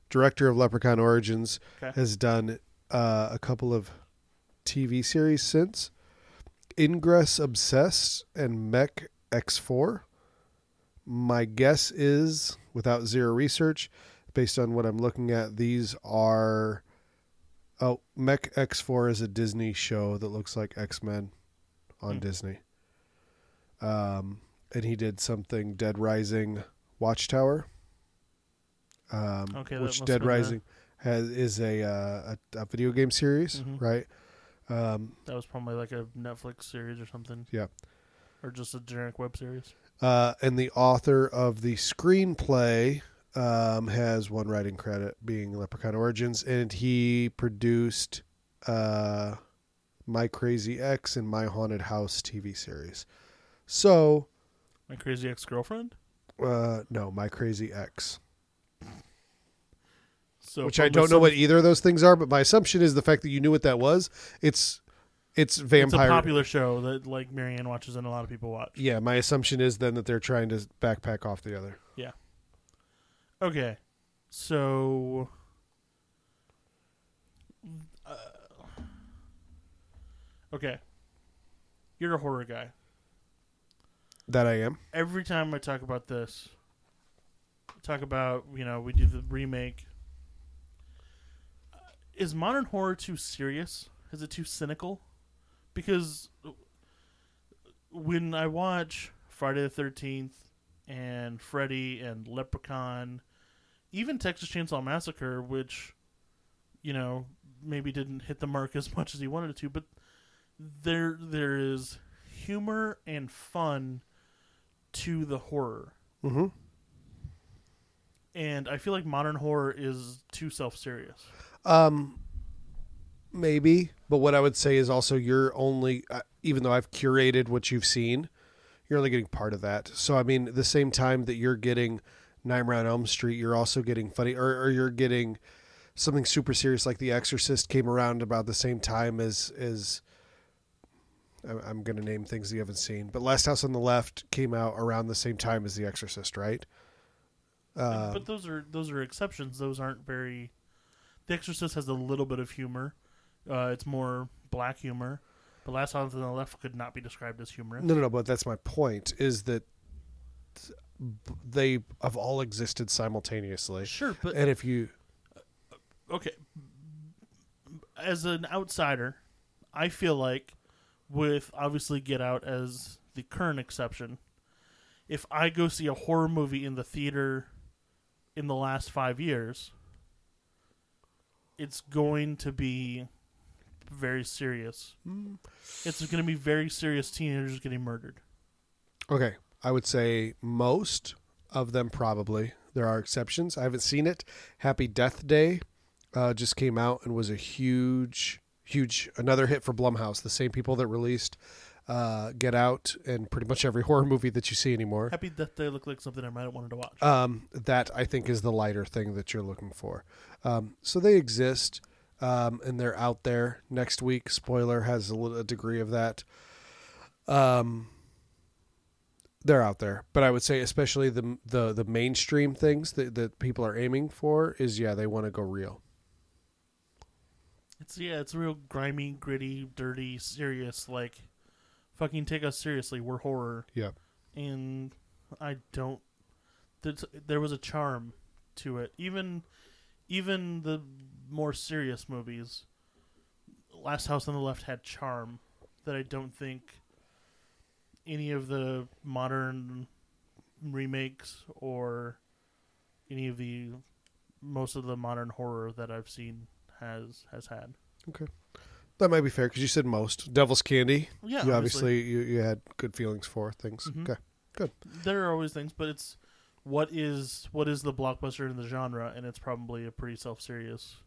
B: Director of Leprechaun Origins
A: Okay.
B: has done uh, a couple of TV series since Ingress Obsessed and Mech X4. My guess is, without zero research, based on what I'm looking at, these are. Oh, Mech
A: Hmm.
B: X4 is a Disney show that looks like X Men on Disney. um, and he did something Dead Rising Watchtower, um,
A: Okay, that must
B: which
A: have
B: Dead
A: been the-
B: Rising has is a, uh, a a video game series,
A: Mhm.
B: right? Um,
A: That was probably like a Netflix series or something.
B: Yeah.
A: Or just a generic web series.
B: uh, and the author of the screenplay um, has one writing credit, being Leprechaun Origins, and he produced uh, My Crazy Ex and My Haunted House TV series. So,
A: My crazy ex girlfriend.
B: uh, no, My Crazy Ex.
A: So
B: which I
A: probably
B: don't know
A: some-
B: what either of those things are, but my assumption is the fact that you knew what that was. It's
A: It's
B: it's
A: a
B: vampire.
A: popular show that like Marianne watches and a lot of people watch.
B: yeah, my assumption is then that they're trying to backpack off the other.
A: Okay, so uh, okay, you're a horror guy.
B: That I am.
A: Every time I talk about this, talk about you know we do the remake. Uh, Is modern horror too serious? Is it too cynical? Because when I watch Friday the Thirteenth and Freddy and Leprechaun, even Texas Chainsaw Massacre, which you know maybe didn't hit the mark as much as he wanted it to, but there there is humor and fun to the horror,
B: Mm-hmm.
A: and I feel like modern horror is too self serious.
B: Um, maybe, but what I would say is also you're only, uh, even though I've curated what you've seen, you're only getting part of that. So I mean, the same time that you're getting Nightmare on Elm Street, you're also getting funny, or, or you're getting something super serious like The Exorcist came around about the same time as as. I- I'm going to name things you haven't seen, but Last House on the Left came out around the same time as The Exorcist, right? Um,
A: but those are those are exceptions. Those aren't very. The Exorcist has a little bit of humor. Uh, it's more black humor. The Last House on the Left could not be described as humorous.
B: No, no, no. But that's my point: is that b- they have all existed simultaneously,
A: Sure, but
B: and if you,
A: okay as an outsider i feel like with obviously get out as the current exception if i go see a horror movie in the theater in the last five years it's going to be very serious it's going to be very serious teenagers getting murdered
B: okay, I would say most of them probably. There are exceptions. I haven't seen it. Happy Death Day uh, just came out and was a huge, huge another hit for Blumhouse. The same people that released uh, Get Out and pretty much every [LAUGHS] horror movie that you see anymore.
A: happy death day looked like something i might have wanted to watch
B: um, that I think is the lighter thing that you're looking for. Um, so they exist um, and they're out there. Next week, spoiler has a little a degree of that. Um, they're out there, but I would say especially the the the mainstream things that that people are aiming for is yeah they want to go real.
A: It's yeah, it's real grimy, gritty, dirty, serious. Like, fucking take us seriously. We're horror,
B: Yeah,
A: and I don't. There's, there was a charm to it. Even, even the more serious movies, Last House on the Left had charm that I don't think any of the modern remakes or any of the most of the modern horror that I've seen has has had.
B: that might be fair because you said most Devil's Candy.
A: Yeah,
B: you obviously you, you had good feelings for things.
A: Mhm.
B: Okay,
A: there are always things, but it's what is what is the blockbuster in the genre, and it's probably a pretty self serious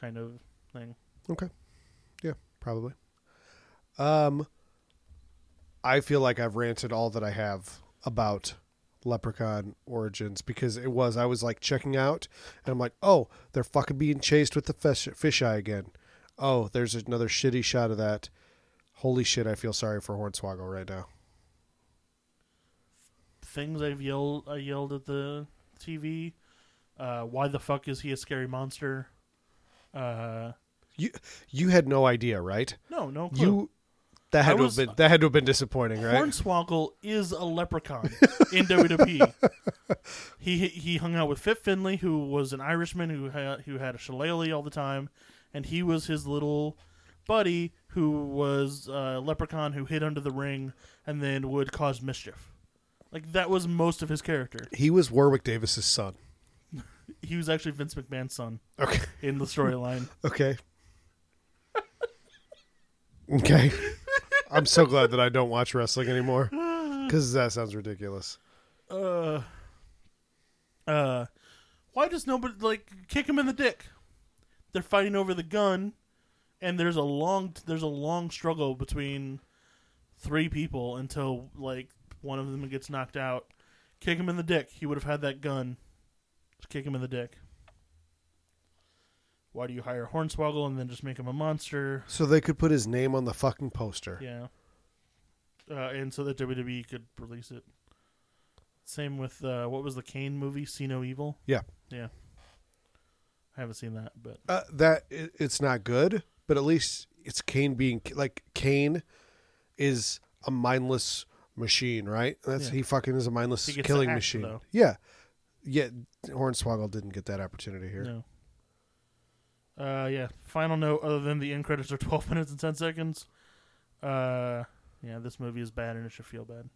A: kind of thing.
B: probably. Um, I feel like I've ranted all that I have about Leprechaun Origins because it was I was like checking out and I'm like, oh, they're fucking being chased with the fish fisheye again. Oh, there's another shitty shot of that. Holy shit, I feel sorry for Hornswoggle right now.
A: Things I've yelled I yelled at the TV. Uh, why the fuck is he a scary monster? Uh,
B: You had no idea, right?
A: no, no clue.
B: You that
A: I
B: had
A: was-
B: to have been that had to have been disappointing, right?
A: Hornswoggle is a leprechaun in WWE. He he hung out with Fit Finley, who was an Irishman who had, who had a shillelagh all the time, and he was his little buddy who was a leprechaun who hid under the ring and then would cause mischief. Like that was most of his character.
B: He was Warwick Davis's son.
A: He was actually Vince McMahon's son
B: Okay.
A: in the storyline.
B: Okay. okay. I'm so glad that I don't watch wrestling anymore because that sounds ridiculous.
A: uh, uh, why does nobody like kick him in the dick? They're fighting over the gun, and there's a long there's a long struggle between three people until like one of them gets knocked out. Kick him in the dick. He would have had that gun. Just kick him in the dick. Why do you hire Hornswoggle and then just make him a monster?
B: So they could put his name on the fucking poster.
A: Yeah. Uh, and so that WWE could release it. Same with uh, what was the Kane movie, See No Evil?
B: Yeah.
A: Yeah. I haven't seen that, but
B: Uh, that it, it's not good, but at least it's Kane being like Kane is a mindless machine, right? That's
A: Yeah.
B: he fucking is a mindless
A: He gets to
B: killing
A: act,
B: machine.
A: though.
B: Yeah. Yeah, Hornswoggle didn't get that opportunity here.
A: no. Uh, yeah. Final note other than the end credits are [LAUGHS] 12 minutes and 10 seconds. Uh, yeah, this movie is bad and it should feel bad.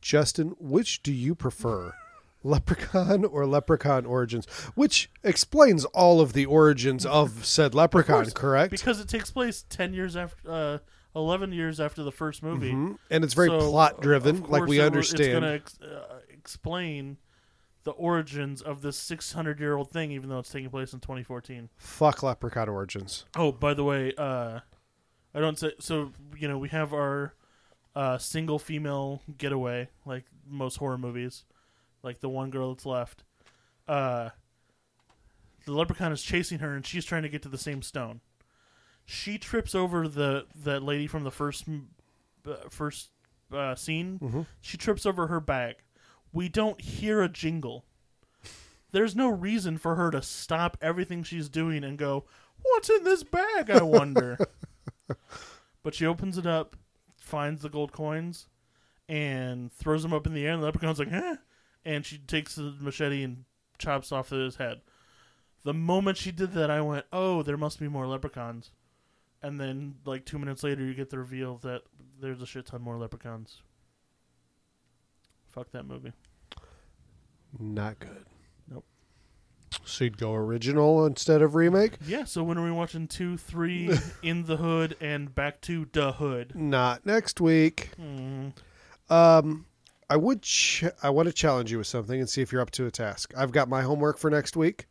B: Justin, which do
A: [LAUGHS]
B: you prefer? Leprechaun or Leprechaun Origins, which explains all of the origins of said Leprechaun,
A: course,
B: correct?
A: Because it takes place 10 years after, uh, 11 years after the first movie.
B: Mhm. And it's very
A: So,
B: plot
A: of
B: driven,
A: course
B: like we
A: it will- It's
B: understand.
A: going to ex- uh, explain the origins of this 600 year old thing, even though it's taking place in 2014.
B: Fuck Leprechaun Origins.
A: Oh, by the way, uh, I don't say so. You know, we have our uh, single female getaway, like most horror movies, like the one girl that's left. Uh, the leprechaun is chasing her, and she's trying to get to the same stone. She trips over the that lady from the first m- uh, first uh, scene.
B: Mm-hmm.
A: She trips over her bag. We don't hear a jingle there's no reason for her to stop everything she's doing and go, What's in this bag? I wonder. but she opens it up, finds the gold coins, and throws them up in the air. And the leprechaun's like, Huh? And she takes the machete and chops off his head. The moment she did that, I went, Oh, there must be more leprechauns. And then, like, two minutes later, you get the reveal that there's a shit ton more leprechauns. Fuck that movie.
B: Not good.
A: Nope.
B: So you'd go original instead of remake?
A: Yeah, so when are we watching two, three,
B: [LAUGHS]
A: in the hood, and back to the hood?
B: Not next week.
A: Mm,
B: Um, I would. Ch- I want to challenge you with something and see if you're up to a task. I've got my homework for next week.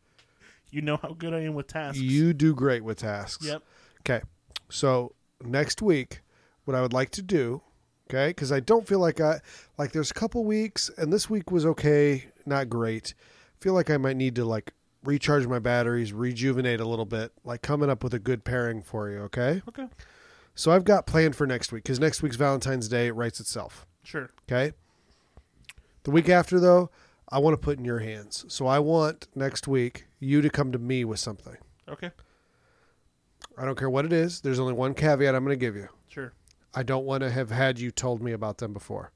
A: you know how good I am with tasks.
B: You do great with tasks.
A: Yep.
B: Okay. So next week, what I would like to do, okay, because I don't feel like I like there's a couple weeks, and this week was okay, not great. I feel like I might need to like recharge my batteries, rejuvenate a little bit, like coming up with a good pairing for you, okay?
A: Okay.
B: So I've got planned for next week because next week's Valentine's Day. It writes itself.
A: Sure.
B: Okay. The week after, though, I want to put in your hands. So I want next week you to come to me with something.
A: Okay.
B: I don't care what it is. There's only one caveat I'm going to give you.
A: Sure.
B: I don't want to have had you told me about them before.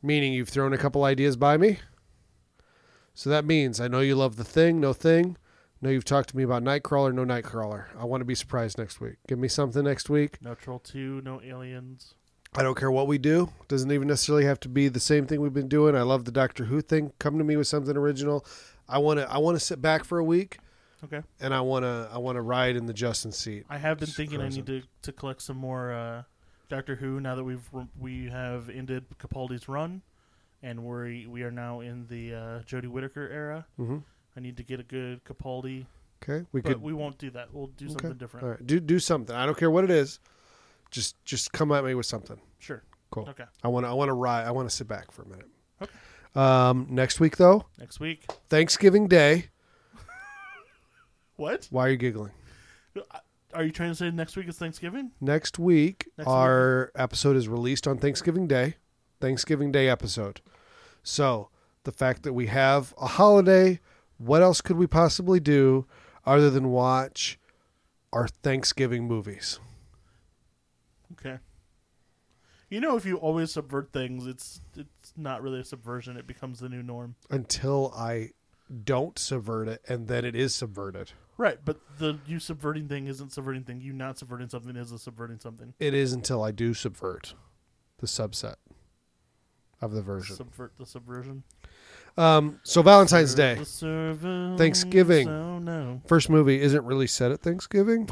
B: Meaning you've thrown a couple ideas by me. So that means I know you love the thing, no thing. No, you've talked to me about Nightcrawler, no Nightcrawler. I want to be surprised next week. Give me something next week.
A: No Troll 2, no aliens.
B: I don't care what we do. Doesn't even necessarily have to be the same thing we've been doing. I love the Doctor Who thing. Come to me with something original. I want to. I want to sit back for a week,
A: Okay.
B: and I want to. I want to ride in the Justin seat.
A: I have been
B: Just
A: thinking I
B: frozen.
A: need to, to collect some more uh, Doctor Who now that we've we have ended Capaldi's run, and we we are now in the uh, Jodie Whittaker era.
B: Mm-hmm.
A: I need to get a good Capaldi,
B: Okay, we
A: but
B: could.
A: we won't do that. We'll do
B: okay.
A: something different.
B: All right, do do something. I don't care what it is. Just just come at me with something.
A: Sure.
B: Cool.
A: Okay.
B: I want. to I want to ride. I want to sit back for a minute.
A: Okay.
B: Um, next week though,
A: Next week.
B: Thanksgiving Day.
A: What?
B: Why are you giggling?
A: Are you trying to say next week is Thanksgiving?
B: Next week,
A: Next
B: our episode is released on Thanksgiving Day. Thanksgiving Day episode. So the fact that we have a holiday, what else could we possibly do other than watch our Thanksgiving movies?
A: Okay. You know, if you always subvert things, it's it's not really a subversion. It becomes the new norm.
B: Until I don't subvert it, and then it is subverted.
A: Right, but the you subverting thing isn't subverting thing. You not subverting something is a subverting something.
B: It is until I do subvert the subset of the version.
A: Subvert the subversion.
B: Um, so Valentine's
A: Serve
B: Day,
A: the servants,
B: Thanksgiving.
A: Oh no.
B: first movie isn't really set at Thanksgiving.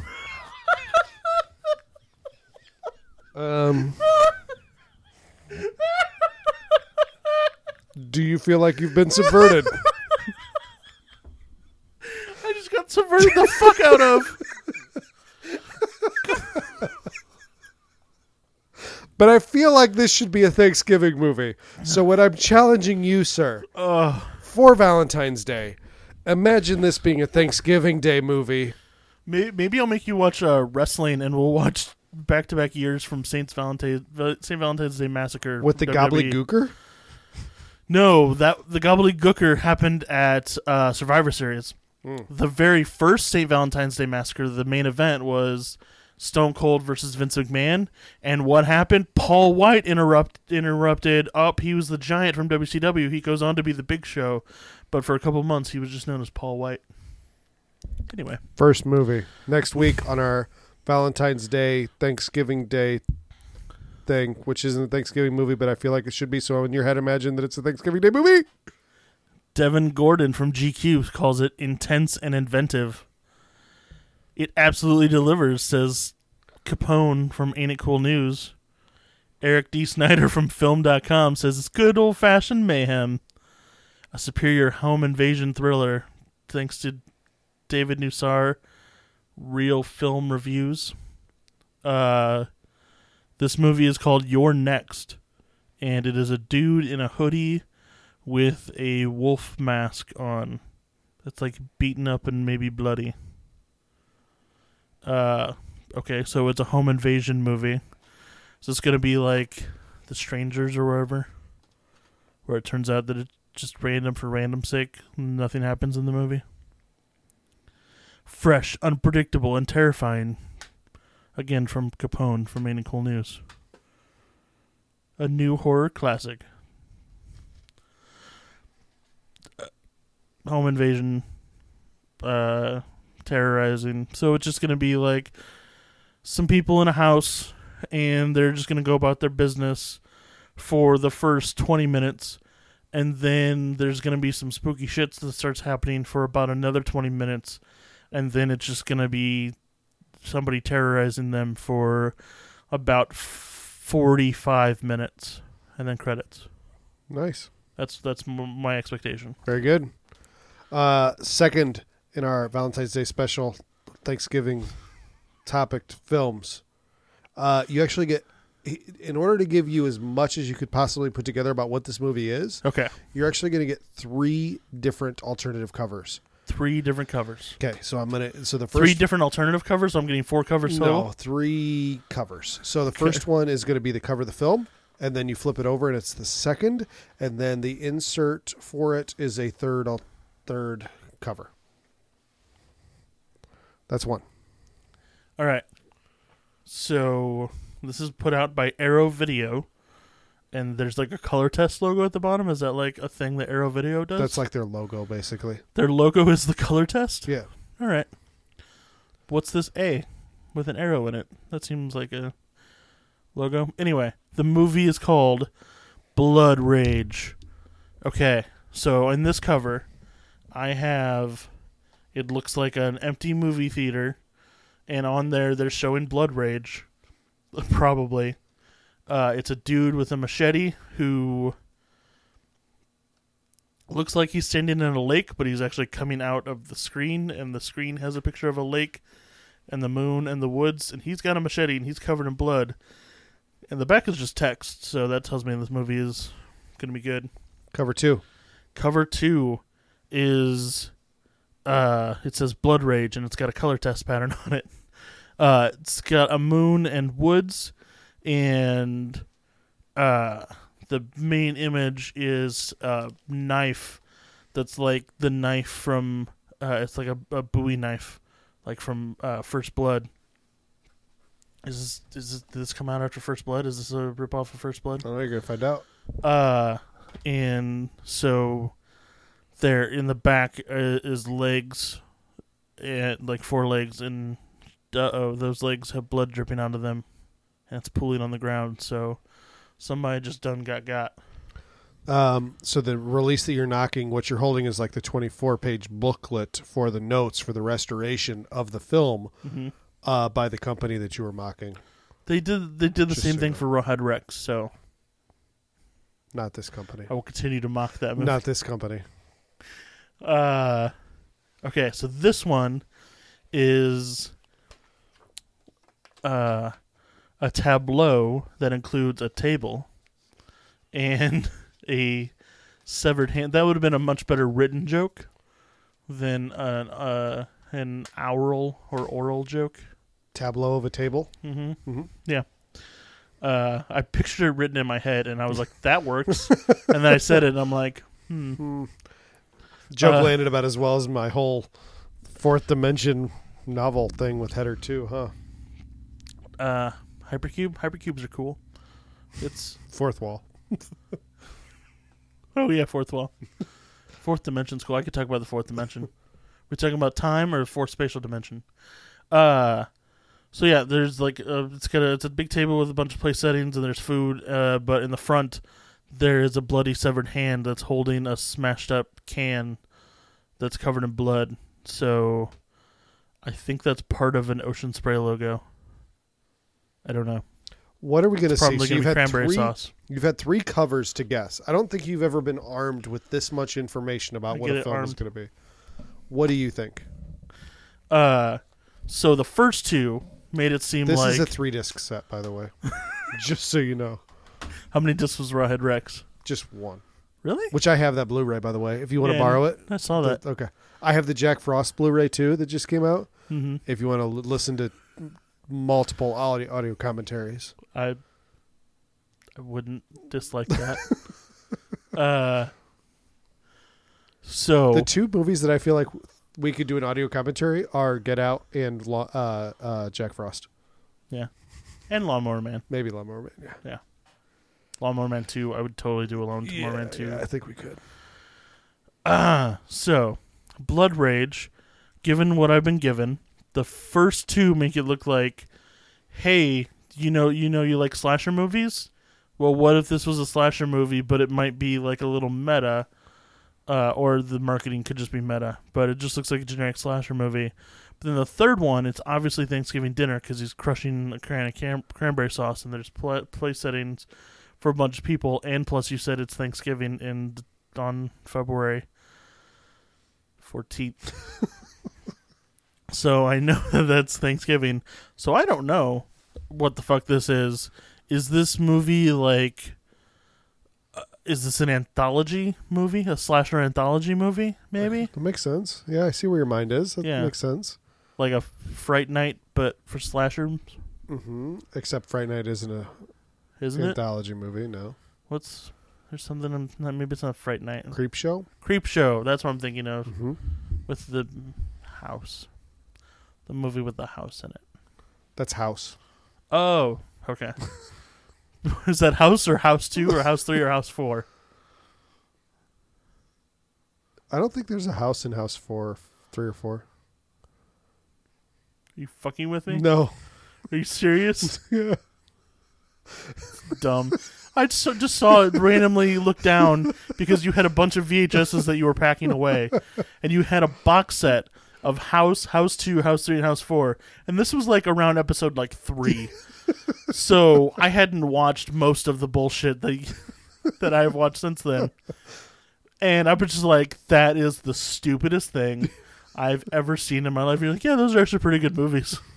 B: um, do you feel like you've been subverted?
A: I just got subverted the fuck out of.
B: But I feel like this should be a Thanksgiving movie. So what I'm challenging you, sir,
A: Ugh.
B: for Valentine's Day, imagine this being a Thanksgiving Day movie.
A: [LAUGHS] May- Maybe I'll make you watch uh, wrestling, and we'll watch back-to-back years from Saints Valentine Saint Valentine's Day Massacre E.
B: with the
A: WWE.
B: gobbledygooker.
A: No, that the gobbledygooker happened at uh, Survivor Series. The very first Saint Valentine's Day Massacre, the main event was Stone Cold versus Vince McMahon, and what happened? Paul White interrupt interrupted. Up, he was the Giant from WCW. He goes on to be the Big Show, but for a couple months he was just known as Paul White. Anyway,
B: First movie next week on our Valentine's Day, Thanksgiving Day thing, which isn't a Thanksgiving movie, but I feel like it should be. So in your head, imagine that it's a Thanksgiving Day movie.
A: Devin Gordon from GQ calls it intense and inventive. It absolutely delivers, says Capone from Ain't It Cool News. Eric D. Snyder from Film.com says it's good old fashioned mayhem. A superior home invasion thriller, thanks to David Nussar, Real Film Reviews. Uh, this movie is called Your Next, and it is a dude in a hoodie with a wolf mask on that's like beaten up and maybe bloody. Uh okay, so it's a home invasion movie. So it's gonna be like The Strangers or wherever. Where it turns out that it's just random for random's sake, nothing happens in the movie. Fresh, unpredictable, and terrifying. Again from Capone from Maine and Cool News. A new horror classic. home invasion uh terrorizing so it's just gonna be like some people in a house and they're just gonna go about their business for the first 20 minutes and then there's gonna be some spooky shits that starts happening for about another 20 minutes and then it's just gonna be somebody terrorizing them for about 45 minutes and then credits
B: Nice,
A: that's that's m- my expectation
B: very good. Uh, second in our Valentine's Day special, Thanksgiving topic films. Uh, you actually get, in order to give you as much as you could possibly put together about what this movie is,
A: okay
B: you're actually going to get three different alternative covers.
A: three different covers.
B: Okay, so I'm gonna. So the first
A: Three different alternative covers. So I'm getting four covers total.
B: no three covers. So the first one is going to be the cover of the film, and then you flip it over, and it's the second, and then the insert for it is a third al- third cover. That's one.
A: All right. So this is put out by Arrow Video, and there's like a color test logo at the bottom. Is that like a thing that Arrow Video does?
B: That's like their logo, basically.
A: their logo is the color test.
B: Yeah.
A: All right. What's this A with an arrow in it? That seems like a logo. Anyway, the movie is called Blood Rage. Okay, so in this cover, I have it looks like an empty movie theater, and on there they're showing Blood Rage. [LAUGHS] Probably. Uh, it's a dude with a machete who looks like he's standing in a lake, but he's actually coming out of the screen, and the screen has a picture of a lake and the moon and the woods, and he's got a machete and he's covered in blood. And the back is just text, so that tells me this movie is going to be good.
B: Cover two.
A: Cover two is uh it says blood rage and it's got a color test pattern [LAUGHS] on it. Uh it's got a moon and woods and uh the main image is a knife that's like the knife from uh it's like a, a Bowie knife like from uh First Blood. Is this, is this, did this come out after First Blood? Is this a ripoff of First Blood?
B: I don't know. You're gonna find out.
A: Uh, and so there in the back uh, is legs and like four legs, and uh oh, those legs have blood dripping onto them, and it's pooling on the ground. So somebody just done got got.
B: Um, so the release that you're knocking, what you're holding is like the 24 page booklet for the notes for the restoration of the film
A: Mhm.
B: uh, by the company that you were mocking.
A: They did they did the same thing
B: Interesting.
A: for Rawhide Rex. So
B: Not this company.
A: I will continue to mock that movie.
B: Not this company.
A: Uh, okay, so this one is uh, a tableau that includes a table and [LAUGHS] a severed hand. That would have been a much better written joke than an uh, an oral or oral joke.
B: Tableau of a table.
A: Mm-hmm.
B: Mhm.
A: Yeah. Uh, I pictured it written in my head, and I was like, "That works." [LAUGHS] and then I said it, and I'm like, "Hmm."
B: Joke
A: Uh,
B: landed about as well as my whole fourth dimension novel thing with Header 2, huh?
A: uh hypercube hypercubes are cool it's
B: Fourth wall.
A: [LAUGHS] oh yeah fourth wall [LAUGHS] fourth dimension's cool i could talk about the fourth dimension we're talking about time or fourth spatial dimension uh so yeah there's like uh, it's got a it's a big table with a bunch of place settings and there's food uh but in the front there is a bloody severed hand that's holding a smashed up can that's covered in blood so i think that's part of an ocean spray logo i don't know
B: What are we going to see?
A: probably
B: So
A: gonna
B: you've
A: be
B: had
A: cranberry
B: three.
A: sauce
B: You've had three covers to guess. I don't think you've ever been armed with this much information about
A: I
B: what
A: get
B: a
A: it
B: film is
A: armed.
B: going to be. What do you think?
A: Uh, so the first two made it seem
B: This
A: like
B: is a three disc set, by
A: [LAUGHS]
B: the way. just so you know,
A: how many discs was Rawhead Rex?
B: just one.
A: Really?
B: Which I have that Blu-ray, by the way. If you want
A: Yeah,
B: to borrow it,
A: I saw that.
B: okay. I have the Jack Frost Blu-ray too that just came out.
A: hmm
B: If you want to l- listen to multiple audio audio commentaries,
A: I I wouldn't
B: [LAUGHS]
A: dislike that. uh, so
B: the two movies that I feel like we could do an audio commentary are Get Out and Lo- uh, uh, Jack Frost.
A: and Lawnmower Man,
B: Maybe Lawnmower Man. Yeah.
A: Lawnmower Man Two, I would totally do a Lawnmower
B: Yeah,
A: Man Two.
B: yeah, I think we could.
A: Ah, so Blood Rage, given what I've been given, the first two make it look like, hey, you know, you know, you like slasher movies. Well, what if this was a slasher movie, but it might be like a little meta, uh, or the marketing could just be meta, but it just looks like a generic slasher movie. But then the third one, it's obviously Thanksgiving dinner because he's crushing a can of cran- cranberry sauce, and there's pla place settings for a bunch of people, and plus you said it's Thanksgiving and on February fourteenth. so I know [LAUGHS] that that's Thanksgiving. So I don't know what the fuck this is. Is this movie like? Uh, is this an anthology movie? A slasher anthology movie?
B: [LAUGHS]
A: Maybe
B: That makes sense. Yeah, I see where your mind is. That
A: Yeah.
B: makes sense.
A: like a Fright Night, but for slashers,
B: hmm Except Fright Night isn't a
A: isn't it?
B: anthology movie. No,
A: What's there's something I'm not, maybe it's not Fright Night.
B: Creep Show.
A: Creep Show. That's what I'm thinking of
B: Mm-hmm.
A: with the house, the movie with the house in it.
B: That's House.
A: Oh, okay. [LAUGHS] Is that house or house two or house three or house four?
B: I don't think there's a house in House Four, three or four.
A: you fucking with me?
B: No. [LAUGHS]
A: Are you serious?
B: Yeah.
A: Dumb. I just, just saw it randomly look down because you had a bunch of VHSs that you were packing away, and you had a box set of House, House Two, House Three, and House Four, and this was like around episode like three. so I hadn't watched most of the bullshit that that I've watched since then, and I was just like, that is the stupidest thing I've ever seen in my life. You're like, yeah, those are actually pretty good movies. [LAUGHS]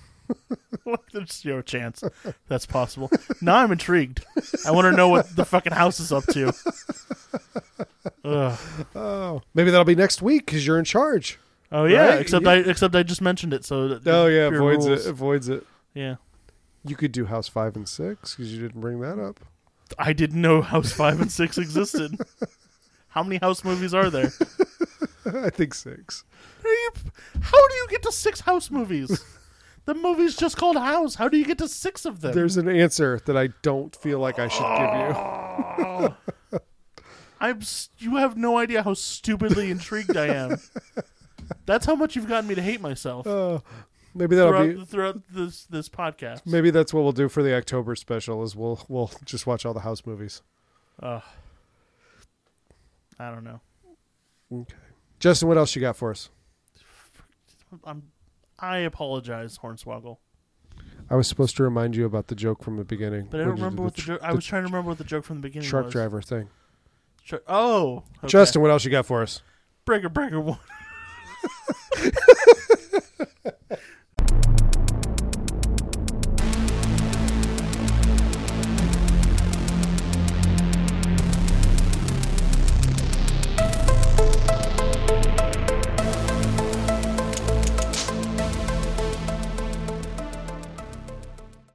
A: Like, There's no chance that's possible. Now I'm intrigued. I want to know what the fucking house is up [LAUGHS] to. Ugh.
B: Oh, maybe that'll be next week because you're in charge.
A: Oh yeah,
B: Right?
A: except I except I just mentioned it. So that-
B: Oh yeah,
A: pure
B: avoids
A: rules.
B: it. Avoids it.
A: Yeah,
B: You could do House Five and Six because you didn't bring that up. [LAUGHS]
A: I didn't know House Five and Six [LAUGHS] existed. How many house movies are there?
B: I think six.
A: [LAUGHS] Are you- How do you get to six house movies? [LAUGHS] The movie's just called House. How do you get to six of them?
B: There's an answer that I don't feel like I should [LAUGHS] give you.
A: [LAUGHS] Oh. [LAUGHS] I'm. s- You have no idea how stupidly intrigued I am. That's how much you've gotten me to hate myself
B: [LAUGHS] Uh, maybe that'll
A: throughout,
B: be.
A: throughout this this podcast.
B: Maybe that's what we'll do for the October special. Is we'll we'll just watch all the house movies.
A: Ugh. I don't know.
B: Okay. Justin, what else you got for us?
A: I'm. I apologize, Hornswoggle,
B: I was supposed to remind you about the joke from the beginning.
A: but I
B: when
A: don't
B: you
A: remember
B: did
A: what the
B: tr-
A: joke. I was trying to remember what the joke from the beginning
B: Shark
A: was.
B: Driver thing.
A: Shark- oh, okay.
B: Justin, what else you got for us?
A: breaker breaker one.